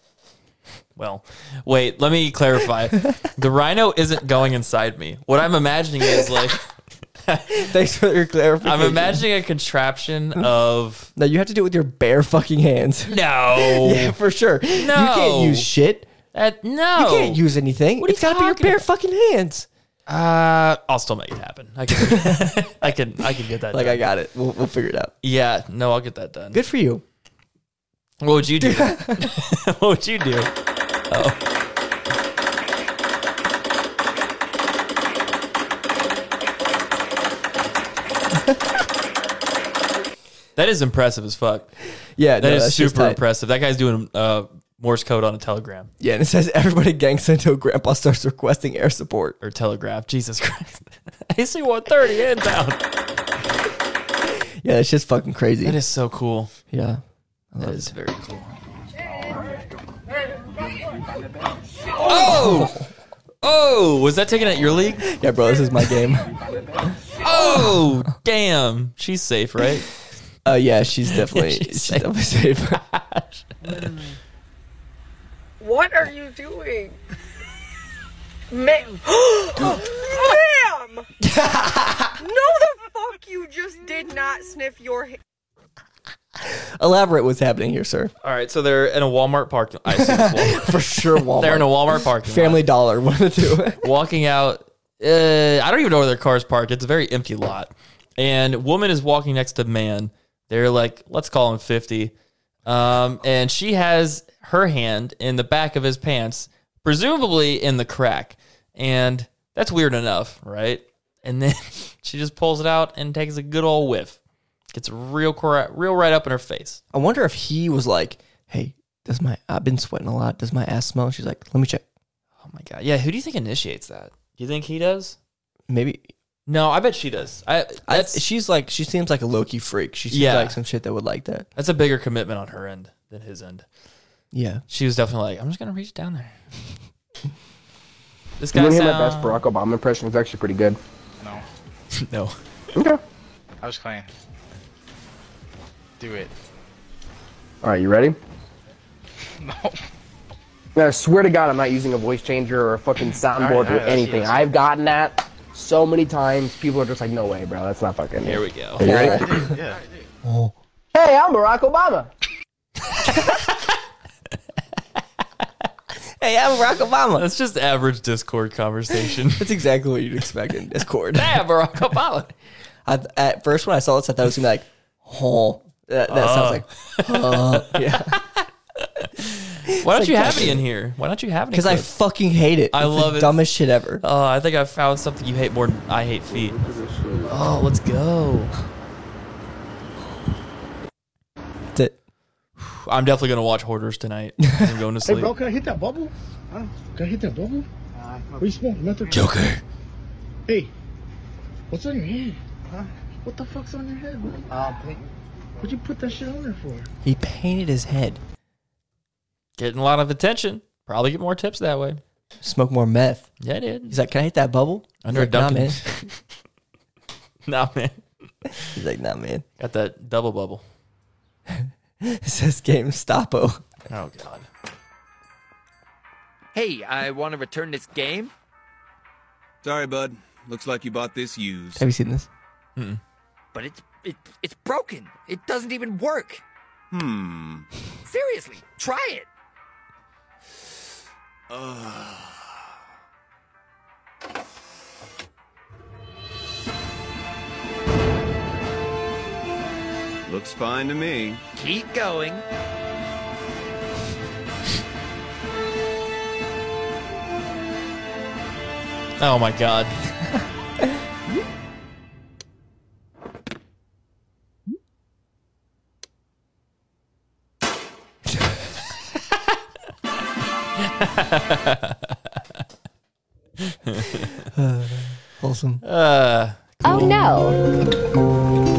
Speaker 2: well, wait, let me clarify. The rhino isn't going inside me. What I'm imagining is like
Speaker 1: Thanks for your clarification.
Speaker 2: I'm imagining a contraption of
Speaker 1: No, you have to do it with your bare fucking hands.
Speaker 2: No.
Speaker 1: yeah, for sure. No. You can't use shit.
Speaker 2: That, no.
Speaker 1: You can't use anything.
Speaker 2: What are you
Speaker 1: it's got to be your
Speaker 2: talking
Speaker 1: bare
Speaker 2: about?
Speaker 1: fucking hands.
Speaker 2: Uh, I'll still make it happen. I can, I can, I can get that.
Speaker 1: Like,
Speaker 2: done.
Speaker 1: I got it. We'll, we'll figure it out.
Speaker 2: Yeah, no, I'll get that done.
Speaker 1: Good for you.
Speaker 2: What would you do? what would you do? Oh, that is impressive as fuck.
Speaker 1: Yeah,
Speaker 2: that
Speaker 1: no,
Speaker 2: is
Speaker 1: that's just
Speaker 2: super
Speaker 1: tight.
Speaker 2: impressive. That guy's doing uh Morse code on a telegram
Speaker 1: Yeah, and it says everybody gangs until grandpa starts requesting air support.
Speaker 2: or telegraph. Jesus Christ, AC one thirty inbound.
Speaker 1: Yeah, that's just fucking crazy.
Speaker 2: That is so cool.
Speaker 1: Yeah.
Speaker 2: That is very cool.
Speaker 1: Oh!
Speaker 2: Oh, was that taken at your league?
Speaker 1: Yeah, bro, this is my game.
Speaker 2: Oh, damn. She's safe, right?
Speaker 1: Uh, yeah, she's definitely
Speaker 2: She's
Speaker 1: she's,
Speaker 2: safe.
Speaker 1: definitely safe.
Speaker 3: What are you doing?
Speaker 25: Ma'am. Ma'am! no, the fuck you just did not sniff your. Ha-
Speaker 1: Elaborate what's happening here, sir.
Speaker 2: All right, so they're in a Walmart parking I assume it's Walmart.
Speaker 1: For sure, Walmart.
Speaker 2: They're in a Walmart parking lot.
Speaker 1: Family Dollar, one of the two.
Speaker 2: Walking out, uh, I don't even know where their car's parked. It's a very empty lot. And woman is walking next to man. They're like, let's call him 50. Um, and she has her hand in the back of his pants, presumably in the crack. And that's weird enough, right? And then she just pulls it out and takes a good old whiff. Gets real, cra- real right up in her face.
Speaker 1: I wonder if he was like, "Hey, does my I've been sweating a lot. Does my ass smell?" She's like, "Let me check."
Speaker 2: Oh my god. Yeah, who do you think initiates that? Do you think he does?
Speaker 1: Maybe
Speaker 2: No, I bet she does. I
Speaker 1: I,
Speaker 2: that's
Speaker 1: she's like she seems like a low key freak. She seems
Speaker 2: Yeah.
Speaker 1: like some shit that would like that.
Speaker 2: that's a bigger commitment on her end than his end.
Speaker 1: Yeah.
Speaker 2: She was definitely like, I'm just gonna reach down there. This
Speaker 8: You
Speaker 2: guy
Speaker 8: want to hear
Speaker 2: sound,
Speaker 8: my best Barack Obama impression? It's actually pretty good.
Speaker 14: No,
Speaker 2: No.
Speaker 8: Okay.
Speaker 14: I was playing. Do it.
Speaker 8: All right, you ready?
Speaker 14: No.
Speaker 8: I swear to God, I'm not using a voice changer or a fucking soundboard
Speaker 2: all
Speaker 8: or
Speaker 2: right,
Speaker 8: anything.
Speaker 2: yes.
Speaker 8: I've gotten that so many times. People are just like, no way, bro. That's not fucking.
Speaker 2: Here we go.
Speaker 8: Are you ready?
Speaker 2: yeah.
Speaker 8: Hey, I'm Barack Obama.
Speaker 1: Hey, I'm Barack Obama.
Speaker 2: That's just average Discord conversation.
Speaker 1: That's exactly what you'd expect in Discord.
Speaker 2: hey, I'm Barack Obama.
Speaker 1: I, at first, when I saw this, I thought it was gonna be like, oh, that, that
Speaker 2: Oh.
Speaker 1: sounds like, oh, yeah.
Speaker 2: Why don't
Speaker 1: It's
Speaker 2: you
Speaker 1: like
Speaker 2: have
Speaker 1: that.
Speaker 2: any in here? Why don't you have any?
Speaker 1: Because I
Speaker 2: clips?
Speaker 1: fucking hate it.
Speaker 2: I
Speaker 1: It's the
Speaker 2: love it.
Speaker 1: Dumbest shit ever.
Speaker 2: Oh, I think I found something you hate more than I hate feet. Oh, let's go.
Speaker 1: That's it.
Speaker 2: I'm definitely gonna watch Hoarders tonight. I'm going
Speaker 4: Hey,
Speaker 2: to sleep.
Speaker 4: bro, can I hit that bubble? Huh? Can I hit that bubble? what you smoke? Nothing?
Speaker 2: Joker.
Speaker 4: Hey, what's on your head? Huh? What the fuck's on your head, bro? Uh, What'd you put that shit on there for?
Speaker 1: He painted his head.
Speaker 2: Getting a lot of attention. Probably get more tips that way.
Speaker 1: Smoke more meth.
Speaker 2: Yeah, I did.
Speaker 1: He's like, can I hit that bubble?
Speaker 2: Under
Speaker 1: He's
Speaker 2: a
Speaker 1: like, nah,
Speaker 2: Dunkin'."
Speaker 1: man.
Speaker 2: Nah, man.
Speaker 1: He's like, nah, man.
Speaker 2: Got that double bubble.
Speaker 1: It says GameStopo.
Speaker 2: Oh God.
Speaker 7: Hey, I want to return this game.
Speaker 9: Sorry, bud. Looks like you bought this used.
Speaker 1: Have you seen this?
Speaker 7: But it's it, it's broken. It doesn't even work.
Speaker 9: Hmm.
Speaker 7: Seriously, try it.
Speaker 9: Ugh. Looks fine to me.
Speaker 7: Keep going.
Speaker 2: Oh my God.
Speaker 1: Uh, wholesome.
Speaker 2: Uh,
Speaker 20: Oh no.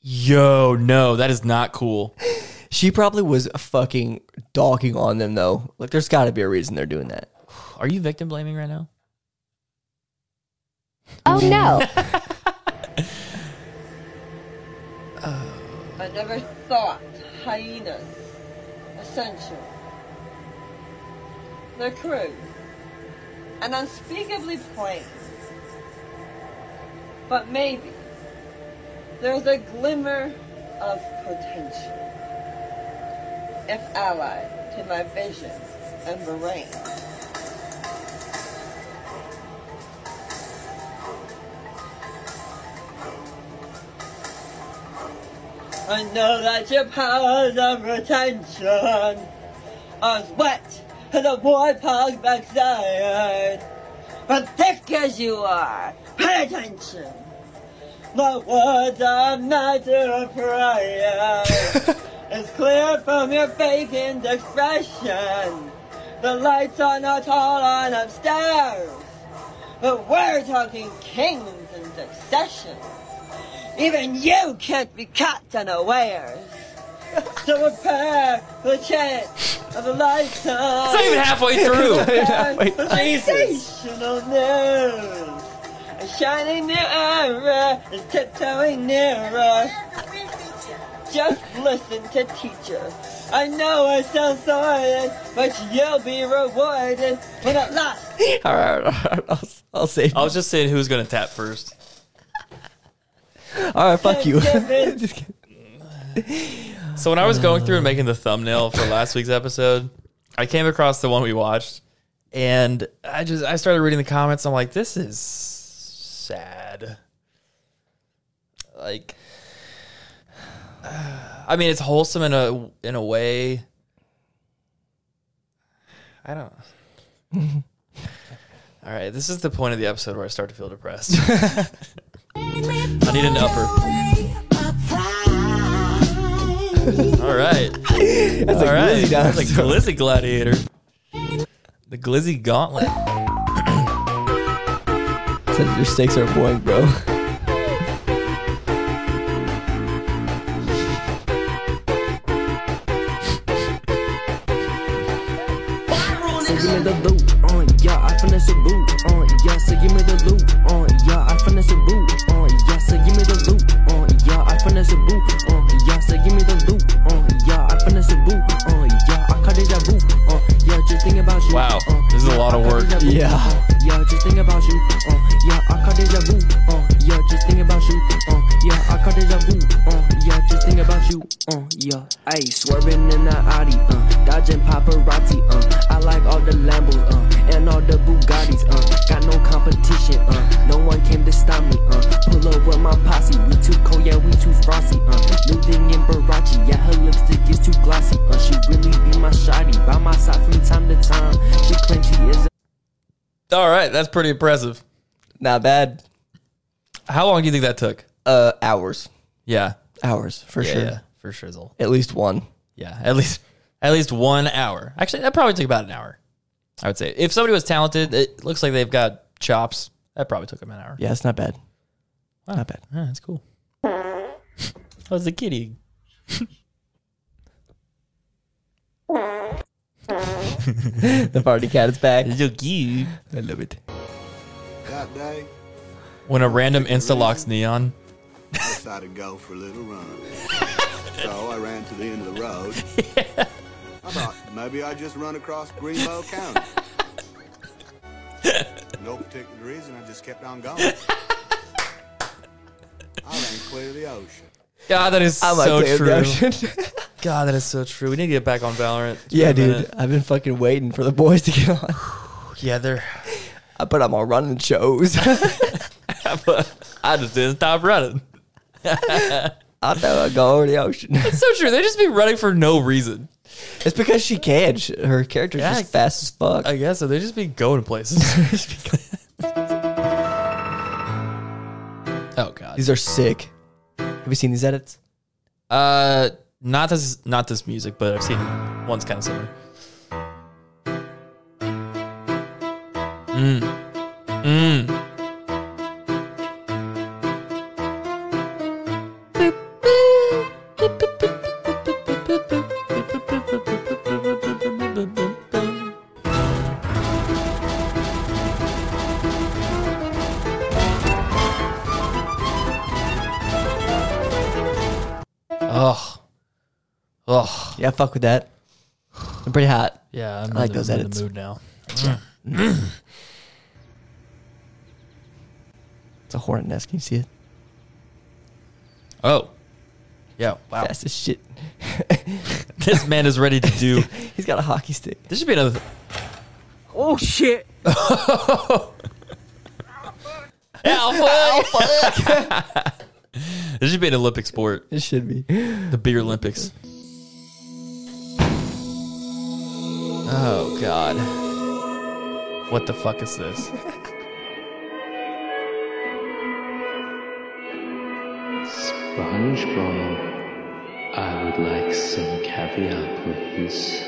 Speaker 2: Yo, no, that is not cool.
Speaker 1: She probably was fucking dogging on them though. Like, there's got to be a reason they're doing that.
Speaker 2: Are you victim blaming right now?
Speaker 20: Oh no.
Speaker 10: I never thought hyenas essential. They're crude and unspeakably plain. But maybe there's a glimmer of potential if allied to my vision and brain. I know that your powers of retention are as wet as a boy pog's backside. But thick as you are, pay attention. My words are a matter of pride. it's clear from your vacant expression. The lights are not all on upstairs. But we're talking kings in succession. Even you can't be caught unawares. So prepare for the chance of a
Speaker 2: It's
Speaker 10: lifetime.
Speaker 2: not even halfway through. It's not even halfway
Speaker 10: Prepare
Speaker 2: through.
Speaker 10: for sensational news. A shining new era is tiptoeing nearer. Just listen to teacher. I know I sound sordid, but you'll be rewarded when at last
Speaker 1: All right, all right, I'll, I'll save.
Speaker 2: I was just saying who's gonna tap first.
Speaker 1: you. All right, fuck you.
Speaker 2: So when I was going through and making the thumbnail for last week's episode, I came across the one we watched, and I just I started reading the comments. I'm like, this is sad. Like, I mean, it's wholesome in a in a way. I don't. All right, this is the point of the episode where I start to feel depressed. I need an upper. All right.
Speaker 1: That's
Speaker 2: All
Speaker 1: a
Speaker 2: right.
Speaker 1: glizzy
Speaker 2: That's a
Speaker 1: dinosaur.
Speaker 2: glizzy gladiator. The glizzy gauntlet.
Speaker 1: Says your stakes are boring, bro.
Speaker 14: So give me the loot on ya, I finna a boot on ya. So give me the loot on ya, I finna a boot on ya. so give me the loot, uh, yeah, I finesse a boot, uh, yeah, so give me the loot, uh, yeah, I finesse a boot, uh, yeah, I cut it a boot, uh, yeah, just think about you.
Speaker 2: Wow,
Speaker 14: uh,
Speaker 2: this is a lot of
Speaker 14: I cut
Speaker 2: work.
Speaker 14: deja vu,
Speaker 2: Yeah.
Speaker 14: uh, yeah, just think about you. Uh, yeah, I caught deja vu. Uh, yeah, just think about you. Uh, yeah, I caught deja vu. Uh, yeah, just think about you. Uh, yeah. Ayy, swerving in the Audi. Uh, dodging paparazzi. Uh, I like all the Lambos. Uh, and all the Bugattis. Uh, got no competition. Uh, no one came to stop me. Uh, pull up with my posse. We too cold, yeah, we too frosty. Uh, new thing in Barachi. Yeah, her lipstick is too glossy. Uh, she really be my shoddy. By my side from time to time. She claims she is.
Speaker 2: All right, that's pretty impressive.
Speaker 1: Not bad.
Speaker 2: How long do you think that took?
Speaker 1: Uh, hours.
Speaker 2: Yeah,
Speaker 1: hours for
Speaker 2: Yeah,
Speaker 1: sure.
Speaker 2: yeah, for shizzle.
Speaker 1: At least one.
Speaker 2: Yeah, at least at least one hour. Actually, that probably took about an hour. I would say if somebody was talented, it looks like they've got chops. That probably took them an hour.
Speaker 1: Yeah, it's not bad. Not bad.
Speaker 2: Yeah, that's cool. How's the kitty?
Speaker 1: the party cat is back.
Speaker 2: I
Speaker 1: love it.
Speaker 6: God dang,
Speaker 2: When a random insta locks neon.
Speaker 6: I decided to go for a little run. so I ran to the end of the road. I thought maybe I'd just run across Greenbow County. no particular reason, I just kept on going. I ran clear of the ocean.
Speaker 2: God, that is
Speaker 6: I'm a
Speaker 2: so
Speaker 6: clear
Speaker 2: true.
Speaker 6: ocean.
Speaker 2: God, that is so true. We need to get back on Valorant. It's
Speaker 1: Yeah,
Speaker 2: been a
Speaker 1: dude.
Speaker 2: minute.
Speaker 1: I've been fucking waiting for the boys to get on. Uh,
Speaker 2: Yeah, they're.
Speaker 1: I put them on running shows.
Speaker 2: I just didn't stop running.
Speaker 1: I thought I'd go over the ocean.
Speaker 2: It's so true. They just be running for no reason.
Speaker 1: It's because she can. She- Her character's
Speaker 2: Yeah,
Speaker 1: just fast as fuck.
Speaker 2: I guess so. They just be going places. oh god.
Speaker 1: These are sick. Have you seen these edits?
Speaker 2: Uh, not this, not this music, but I've seen one's kind of similar. Mm. Mm. Ugh. Ugh.
Speaker 1: Yeah, fuck with that. I'm pretty hot.
Speaker 2: Yeah, I'm
Speaker 1: I like
Speaker 2: in the,
Speaker 1: those
Speaker 2: I'm
Speaker 1: edits.
Speaker 2: In the mood now.
Speaker 1: It's a hornet nest. Can you see it?
Speaker 2: oh. Yeah. Wow.
Speaker 1: Fast as shit.
Speaker 2: This man is ready to do.
Speaker 1: He's got a hockey stick.
Speaker 2: This should be another.
Speaker 26: Oh shit.
Speaker 2: This should be an Olympic sport.
Speaker 1: It should be
Speaker 2: the beer Olympics. Oh God! What the fuck is this?
Speaker 27: SpongeBob, I would like some caviar, please.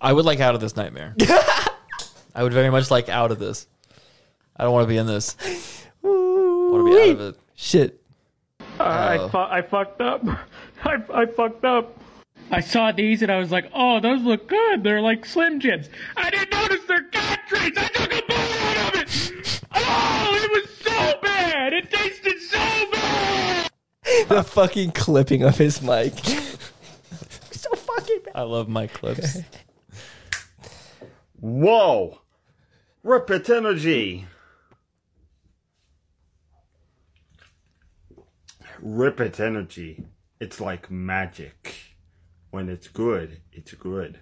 Speaker 2: I would like out of this nightmare. I would very much like out of this. I don't want to be in this. I want to be out of it.
Speaker 1: Shit.
Speaker 11: I,
Speaker 2: Oh.
Speaker 11: fu- I fucked up. I, I fucked up. I saw these and I was like, oh, those look good. They're like Slim Jims. I didn't notice they're countries. I took a bullet out of it. Oh, it was so bad. It tasted so bad.
Speaker 1: the fucking clipping of his mic.
Speaker 2: I love my clips.
Speaker 16: Whoa! Ripit energy! Ripit energy. It's like magic. When it's good, it's good.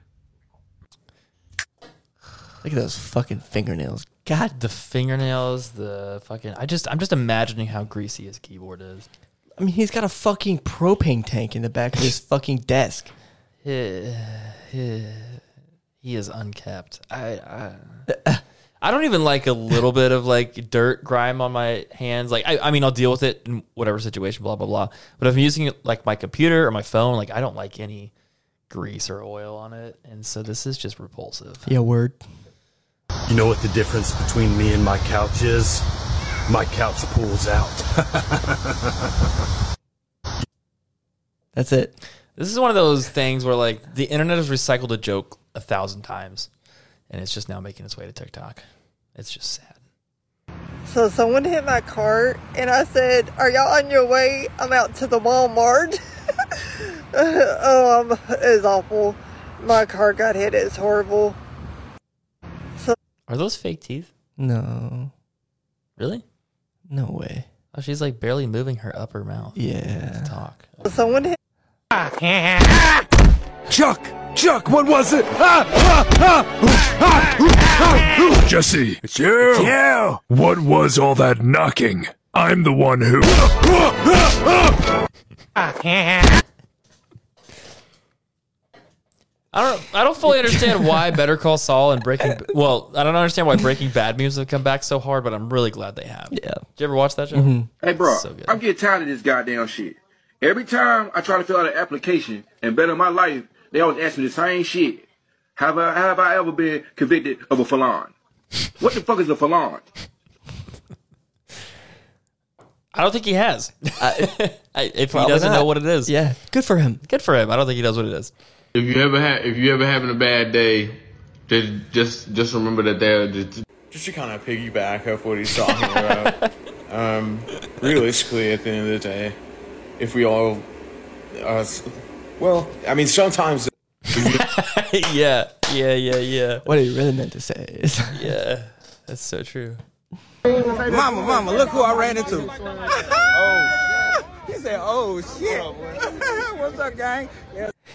Speaker 1: Look at those fucking fingernails.
Speaker 2: God, the fingernails, the fucking. I just, I'm just imagining how greasy his keyboard is.
Speaker 1: I mean, he's got a fucking propane tank in the back of his fucking desk.
Speaker 2: He He is unkept. I I, I don't even like a little bit of like dirt grime on my hands. Like I, I mean, I'll deal with it in whatever situation. Blah blah blah. But if I'm using like my computer or my phone, like I don't like any grease or oil on it, and so this is just repulsive.
Speaker 1: Yeah, word.
Speaker 12: You know what the difference between me and my couch is? My couch pulls out.
Speaker 1: That's it.
Speaker 2: This is one of those things where like the internet has recycled a joke a thousand times, and it's just now making its way to TikTok. It's just sad.
Speaker 14: So someone hit my car, and I said, "Are y'all on your way? I'm out to the Walmart." oh, um, it's awful. My car got hit. It's horrible.
Speaker 2: Are those fake teeth?
Speaker 1: No.
Speaker 2: Really?
Speaker 1: No way.
Speaker 2: Oh, she's like barely moving her upper mouth.
Speaker 1: Yeah.
Speaker 2: To talk.
Speaker 14: Someone hit.
Speaker 12: Chuck! Chuck, what was it? Ah, ah, ah, oof, ah, oof, ah, oof. Jesse, it's you. What was all that knocking? I'm the one who.
Speaker 2: I don't. I don't fully understand why Better Call Saul and Breaking. Well, I don't understand why Breaking Bad memes have come back so hard, but I'm really glad they have.
Speaker 1: Yeah.
Speaker 2: Did you ever watch that show?
Speaker 11: Hey, bro,
Speaker 2: So good.
Speaker 11: I'm getting tired of this goddamn shit. Every time I try to fill out an application and better my life, they always ask me the same shit. Have I, have I ever been convicted of a felon? What the fuck is a felon?
Speaker 2: I don't think he has. I- if he
Speaker 11: Probably
Speaker 2: doesn't
Speaker 11: not.
Speaker 2: know what it is,
Speaker 1: yeah, good for him.
Speaker 2: Good for him. I don't think he knows what it is.
Speaker 28: If you ever have, if you ever having a bad day, ju- just just remember that they're just.
Speaker 29: Just to kind of piggyback off what he's talking about, um, realistically, at the end of the day, if we all, uh, s- well, I mean, sometimes
Speaker 2: yeah, yeah, yeah, yeah.
Speaker 1: What he really meant to say is.
Speaker 2: yeah, that's so true.
Speaker 30: Mama, mama, look who I ran into. he said, oh, shit. What's up, gang?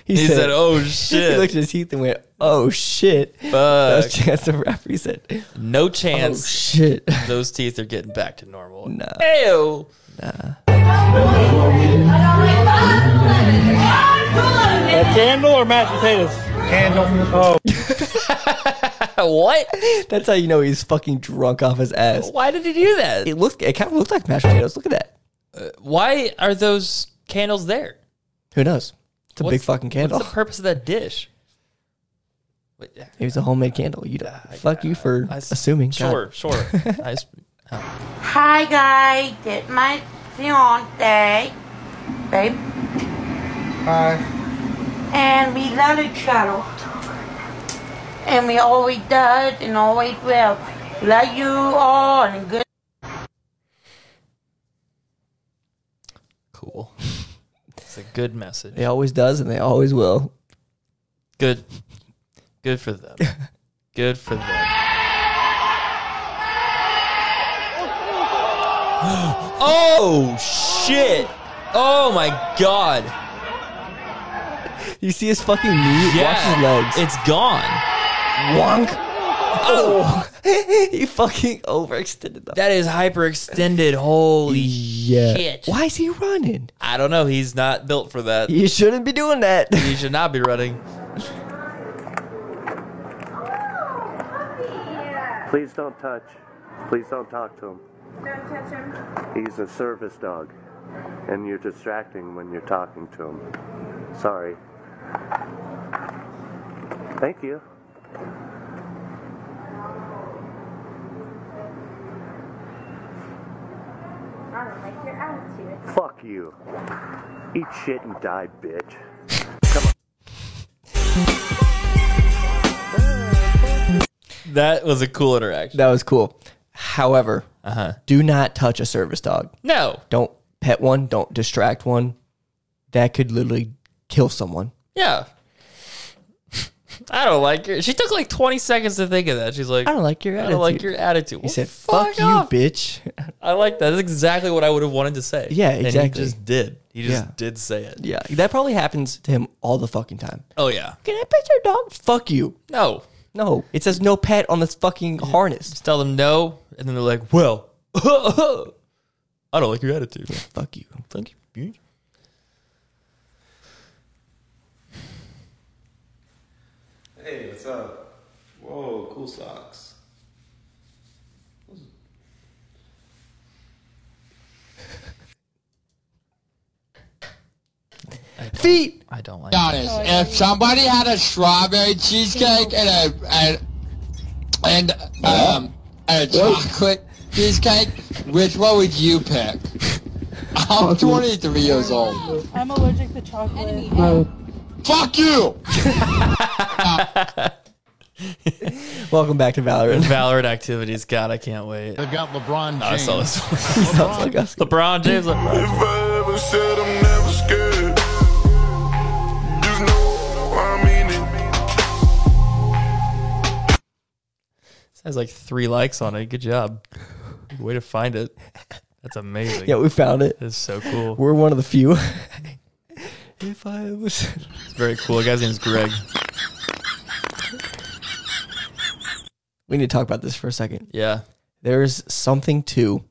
Speaker 1: He,
Speaker 2: He said, "Oh, shit."
Speaker 1: he looked at his teeth and went, "Oh shit!" Fuck. That was Chance the Rapper. He said,
Speaker 2: No chance.
Speaker 1: Oh, shit.
Speaker 2: Those teeth are getting back to normal.
Speaker 1: Nah.
Speaker 2: Ew.
Speaker 29: A candle or mashed potatoes? Candle. Oh.
Speaker 2: what?
Speaker 1: That's how you know he's fucking drunk off his ass.
Speaker 2: Why did he do that?
Speaker 1: It looked. It kind of looked like mashed potatoes. Look at that.
Speaker 2: Uh, why are those candles there?
Speaker 1: Who knows? It's a
Speaker 2: What's-
Speaker 1: big fucking candle.
Speaker 2: What's the purpose of that dish? Wait,
Speaker 1: It was a homemade candle. You fuck you for
Speaker 2: Ah, I s-
Speaker 1: assuming.
Speaker 2: Sure,
Speaker 1: God.
Speaker 2: sure. I s-
Speaker 10: Hi, guy. Get my fiance, babe,
Speaker 30: Hi.
Speaker 10: and we love each other, and we always does and always will. Love you all and good.
Speaker 2: cool. It's a good message.
Speaker 1: They always does, and they always will.
Speaker 2: Good. Good for them. Good for them. oh shit. Oh my god.
Speaker 1: You see his fucking knee. Watch his legs.
Speaker 2: It's gone.
Speaker 1: Wonk. Oh, he fucking overextended. The-
Speaker 2: That is hyperextended. Holy
Speaker 1: yeah.
Speaker 2: shit.
Speaker 1: Why is he running?
Speaker 2: I don't know. He's not built for that.
Speaker 1: You shouldn't be doing that.
Speaker 2: He should not be running.
Speaker 31: Please don't touch. Please don't talk to him. He's a service dog, and you're distracting when you're talking to him. Sorry. Thank you.
Speaker 32: I don't like your attitude.
Speaker 31: Fuck you. Eat shit and die, bitch.
Speaker 2: That was a cool interaction.
Speaker 1: That was cool. However,
Speaker 2: Uh-huh.
Speaker 1: do not touch a service dog.
Speaker 2: No.
Speaker 1: Don't pet one. Don't distract one. That could literally kill someone.
Speaker 2: Yeah. I don't like your. She took like 20 seconds to think of that. She's like,
Speaker 1: I don't like your
Speaker 2: I don't like
Speaker 1: attitude."
Speaker 2: your attitude.
Speaker 1: He
Speaker 2: Well,
Speaker 1: said,
Speaker 2: fuck,
Speaker 1: "Fuck,
Speaker 2: off.
Speaker 1: you, bitch."
Speaker 2: I like that. That's exactly what I would have wanted to say.
Speaker 1: Yeah,
Speaker 2: And he
Speaker 1: exactly.
Speaker 2: just did. He just
Speaker 1: Yeah.
Speaker 2: did say it.
Speaker 1: Yeah, that probably happens to him all the fucking time.
Speaker 2: Oh, yeah.
Speaker 1: Can I pet your dog? Fuck you.
Speaker 2: No.
Speaker 1: No. It says no pet on this fucking harness.
Speaker 2: Just tell them no. And then they're like, well, I don't like your attitude.
Speaker 1: fuck you.
Speaker 2: Thank you.
Speaker 21: Hey, what's up? Whoa, cool socks.
Speaker 1: Feet.
Speaker 2: I don't like
Speaker 3: honest, if somebody had a strawberry cheesecake and a and and um a chocolate cheesecake, which one would you pick? I'm 23 years old.
Speaker 4: I'm allergic to chocolate.
Speaker 3: Fuck you!
Speaker 1: Welcome back to Valorant.
Speaker 2: Valorant activities. God, I can't wait.
Speaker 3: They've got LeBron
Speaker 2: I saw
Speaker 3: James.
Speaker 2: this one. Sounds like us. LeBron James. LeBron.
Speaker 17: Never said I'm never scared. Just know I mean it.
Speaker 2: Has like three likes on it. Good job. Way to find it. That's amazing.
Speaker 1: Yeah, we found it.
Speaker 2: It's so cool.
Speaker 1: We're one of the few.
Speaker 2: If I was, it's very cool. The guy's name's Greg.
Speaker 1: we need to talk about this for a second.
Speaker 2: Yeah.
Speaker 1: There's something to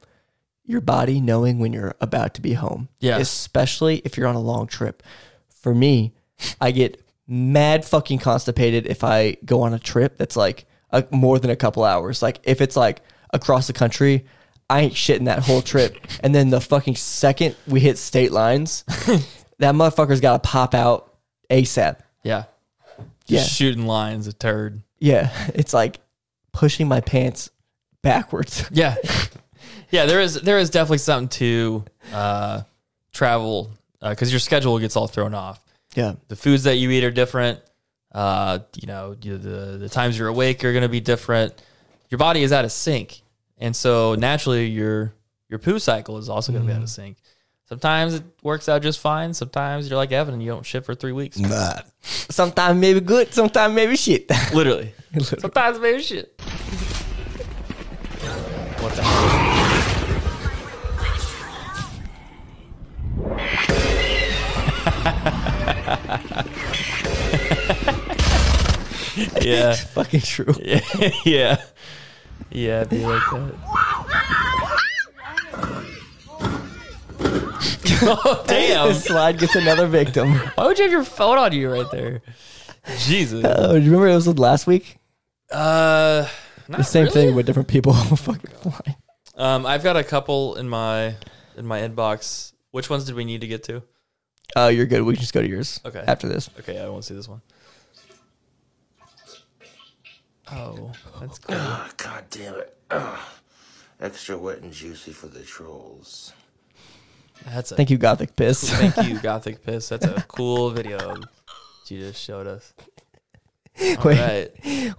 Speaker 1: your body knowing when you're about to be home.
Speaker 2: Yeah.
Speaker 1: Especially if you're on a long trip. For me, I get mad fucking constipated if I go on a trip that's like a, more than a couple hours. Like if it's like across the country, I ain't shitting that whole trip. And then the fucking second we hit state lines, that motherfucker's got to pop out ASAP.
Speaker 2: Yeah. Just
Speaker 1: Yeah.
Speaker 2: shooting lines a turd.
Speaker 1: Yeah, it's like pushing my pants backwards.
Speaker 2: Yeah. yeah, there is there is definitely something to uh, travel because your schedule gets all thrown off.
Speaker 1: Yeah.
Speaker 2: the foods that you eat are different. Uh, you know, you, the the times you're awake are going to be different. Your body is out of sync, and so naturally your your poo cycle is also going to be out of sync. Sometimes it works out just fine. Sometimes you're like Evan and you don't shit for three weeks.
Speaker 1: Sometimes maybe good, sometimes maybe shit.
Speaker 2: Literally.
Speaker 4: Sometimes maybe shit.
Speaker 2: What the hell? yeah.
Speaker 1: It's fucking true.
Speaker 2: Yeah. yeah. Yeah, it'd be like that. oh, damn.
Speaker 1: This slide gets another victim.
Speaker 2: Why would you have your phone on you right there? Jesus.
Speaker 1: Oh, do you remember it was last week?
Speaker 2: Uh, not
Speaker 1: the same
Speaker 2: really.
Speaker 1: thing with different people. fucking flying.
Speaker 2: Um, I've got a couple in my in my inbox. Which ones did we need to get to?
Speaker 1: Oh, you're good. We can just go to yours.
Speaker 2: Okay.
Speaker 1: After this.
Speaker 2: Okay, I won't see this one. Oh, that's cool.
Speaker 5: God damn it. Ugh. Extra wet and juicy for the trolls.
Speaker 2: That's a
Speaker 1: Thank you, Gothic Piss.
Speaker 2: Thank you, Gothic Piss. That's a cool video you just showed us. All
Speaker 1: Wait.
Speaker 2: right.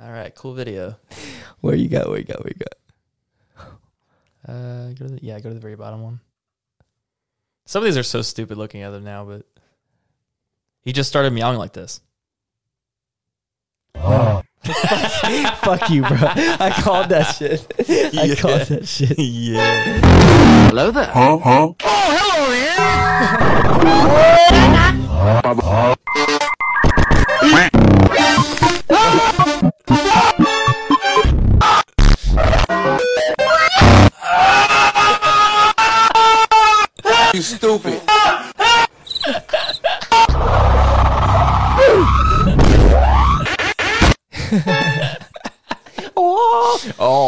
Speaker 2: All right, cool video.
Speaker 1: Where you got? Where you got? Where you got?
Speaker 2: Uh, go to the, yeah, go to the very bottom one. Some of these are so stupid looking at them now, but he just started meowing like this.
Speaker 1: Fuck you, bro. I called that shit. I called that shit.
Speaker 2: Yeah.
Speaker 17: Hello there. Huh? Huh? Oh,
Speaker 5: You stupid.
Speaker 2: oh.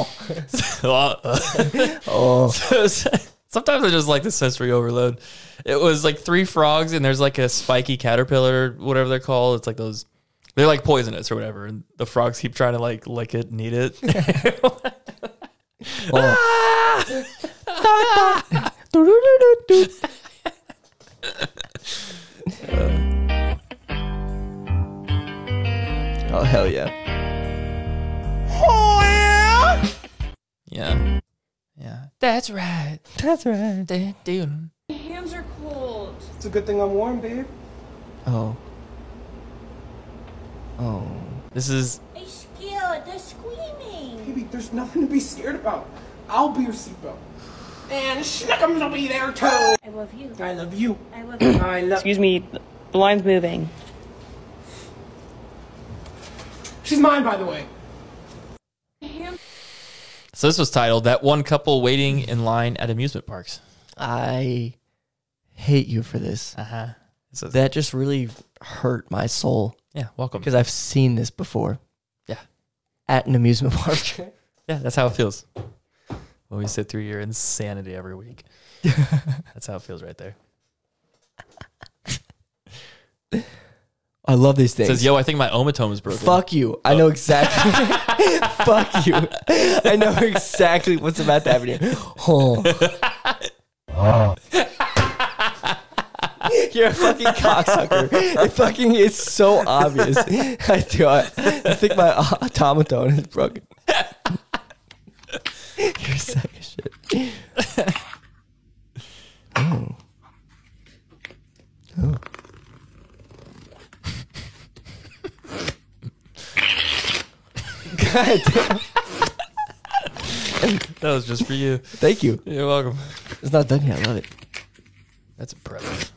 Speaker 1: Oh.
Speaker 2: oh. sometimes I just like the sensory overload. It was like three frogs, and there's like a spiky caterpillar, whatever they're called. It's like those, they're like poisonous or whatever. And the frogs keep trying to like lick it and eat it.
Speaker 1: Oh hell yeah.
Speaker 2: yeah. Yeah. That's right.
Speaker 1: That's right.
Speaker 2: Dude.
Speaker 4: Hands are cold.
Speaker 8: It's a good thing I'm warm, babe.
Speaker 1: Oh. Oh.
Speaker 2: This is
Speaker 8: I'm scared. They're screaming. Baby, there's nothing to be scared about. I'll be your seatbelt. And Schnickums will be there too. I love you. I love you. I love you. I love.
Speaker 4: Excuse me, the line's moving.
Speaker 8: She's mine, by the way.
Speaker 2: so. This was titled "That One Couple Waiting in Line at Amusement Parks."
Speaker 1: I hate you for this.
Speaker 2: Uh huh.
Speaker 1: that just really hurt my soul.
Speaker 2: Yeah, welcome.
Speaker 1: Because I've seen this before.
Speaker 2: Yeah.
Speaker 1: At an amusement park.
Speaker 2: yeah, that's how it feels. When we sit through your insanity every week. that's how it feels right there.
Speaker 1: I love these
Speaker 2: It
Speaker 1: things.
Speaker 2: says, yo, Oh. I think my omatome is broken.
Speaker 1: Fuck you. I know exactly. Fuck you. I know exactly what's about to happen here. Oh. You're a fucking cocksucker. It fucking is so obvious. I do. I, I think my automaton is broken. You're a sack of shit. Oh. Oh. God damn.
Speaker 2: that was just for you.
Speaker 1: Thank you.
Speaker 2: You're welcome.
Speaker 1: It's not done yet. I love it.
Speaker 2: That's impressive.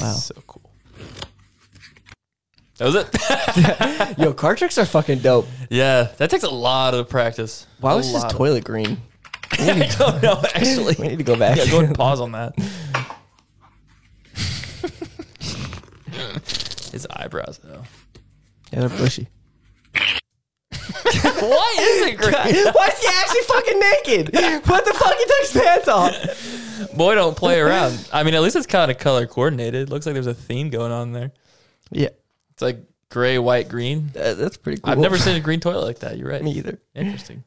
Speaker 1: Wow.
Speaker 2: So cool. That was it.
Speaker 1: Yo, card tricks are fucking dope.
Speaker 2: yeah, that takes a lot of practice.
Speaker 1: Why
Speaker 2: A
Speaker 1: was his
Speaker 2: lot of-
Speaker 1: toilet green? We
Speaker 2: I
Speaker 1: need to-
Speaker 2: don't know, actually.
Speaker 1: we need to go back.
Speaker 2: Yeah, go and pause on that. His eyebrows, though.
Speaker 1: Yeah, they're bushy.
Speaker 2: Why is it green?
Speaker 1: Why is he actually fucking naked? What the fuck? He took his pants off.
Speaker 2: Boy, don't play around. I mean, at least it's kind of color coordinated. Looks like there's a theme going on there.
Speaker 1: Yeah. uh,
Speaker 2: It's like gray, white, green.
Speaker 1: that's pretty
Speaker 2: I've
Speaker 1: cool.
Speaker 2: never seen a green toilet like that. You're right.
Speaker 1: Me either.
Speaker 2: Interesting.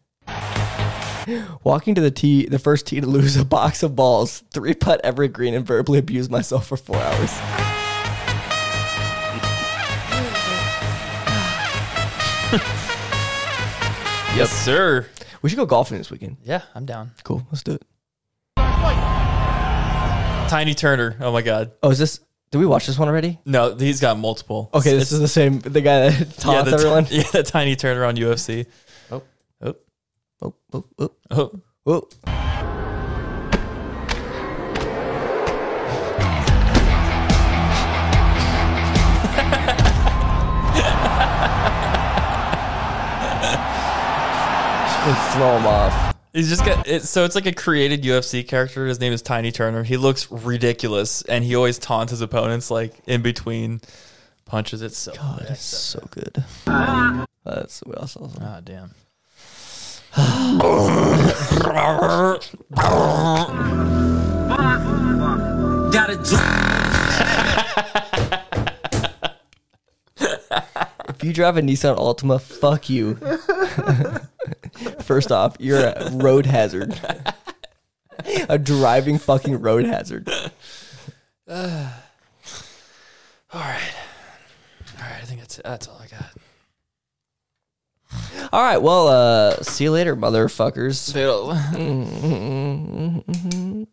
Speaker 1: Walking to the tee, the first tee to lose a box of balls, three putt every green, and verbally abuse myself for four hours.
Speaker 2: Yes, sir.
Speaker 1: We should go golfing this weekend.
Speaker 2: Yeah, I'm down.
Speaker 1: Cool. Let's do it.
Speaker 2: Tiny Turner. Oh my God.
Speaker 1: Oh, is this? Did we watch this one already?
Speaker 2: No, he's got multiple.
Speaker 1: Okay, this is the same. The guy that
Speaker 2: yeah,
Speaker 1: taunts
Speaker 2: the,
Speaker 1: everyone.
Speaker 2: yeah, the Tiny Turner on UFC.
Speaker 1: Oh.
Speaker 2: oh,
Speaker 1: oh, oh, oh,
Speaker 2: oh,
Speaker 1: oh. Just throw him off.
Speaker 2: He's just got it, so it's like a created UFC character. His name is Tiny Turner. He looks ridiculous, and he always taunts his opponents like in between punches. It's so
Speaker 1: God, it's Oh, so good. That's what else.
Speaker 2: Ah, damn.
Speaker 8: Got a
Speaker 1: If you drive a Nissan Altima, fuck you. First off, you're a road hazard. a driving fucking road hazard.
Speaker 2: All right, all right. I think that's that's all I got.
Speaker 1: All right, well, uh, see you later, motherfuckers.
Speaker 2: Bill.
Speaker 1: Mm-mm-mm-mm-mm.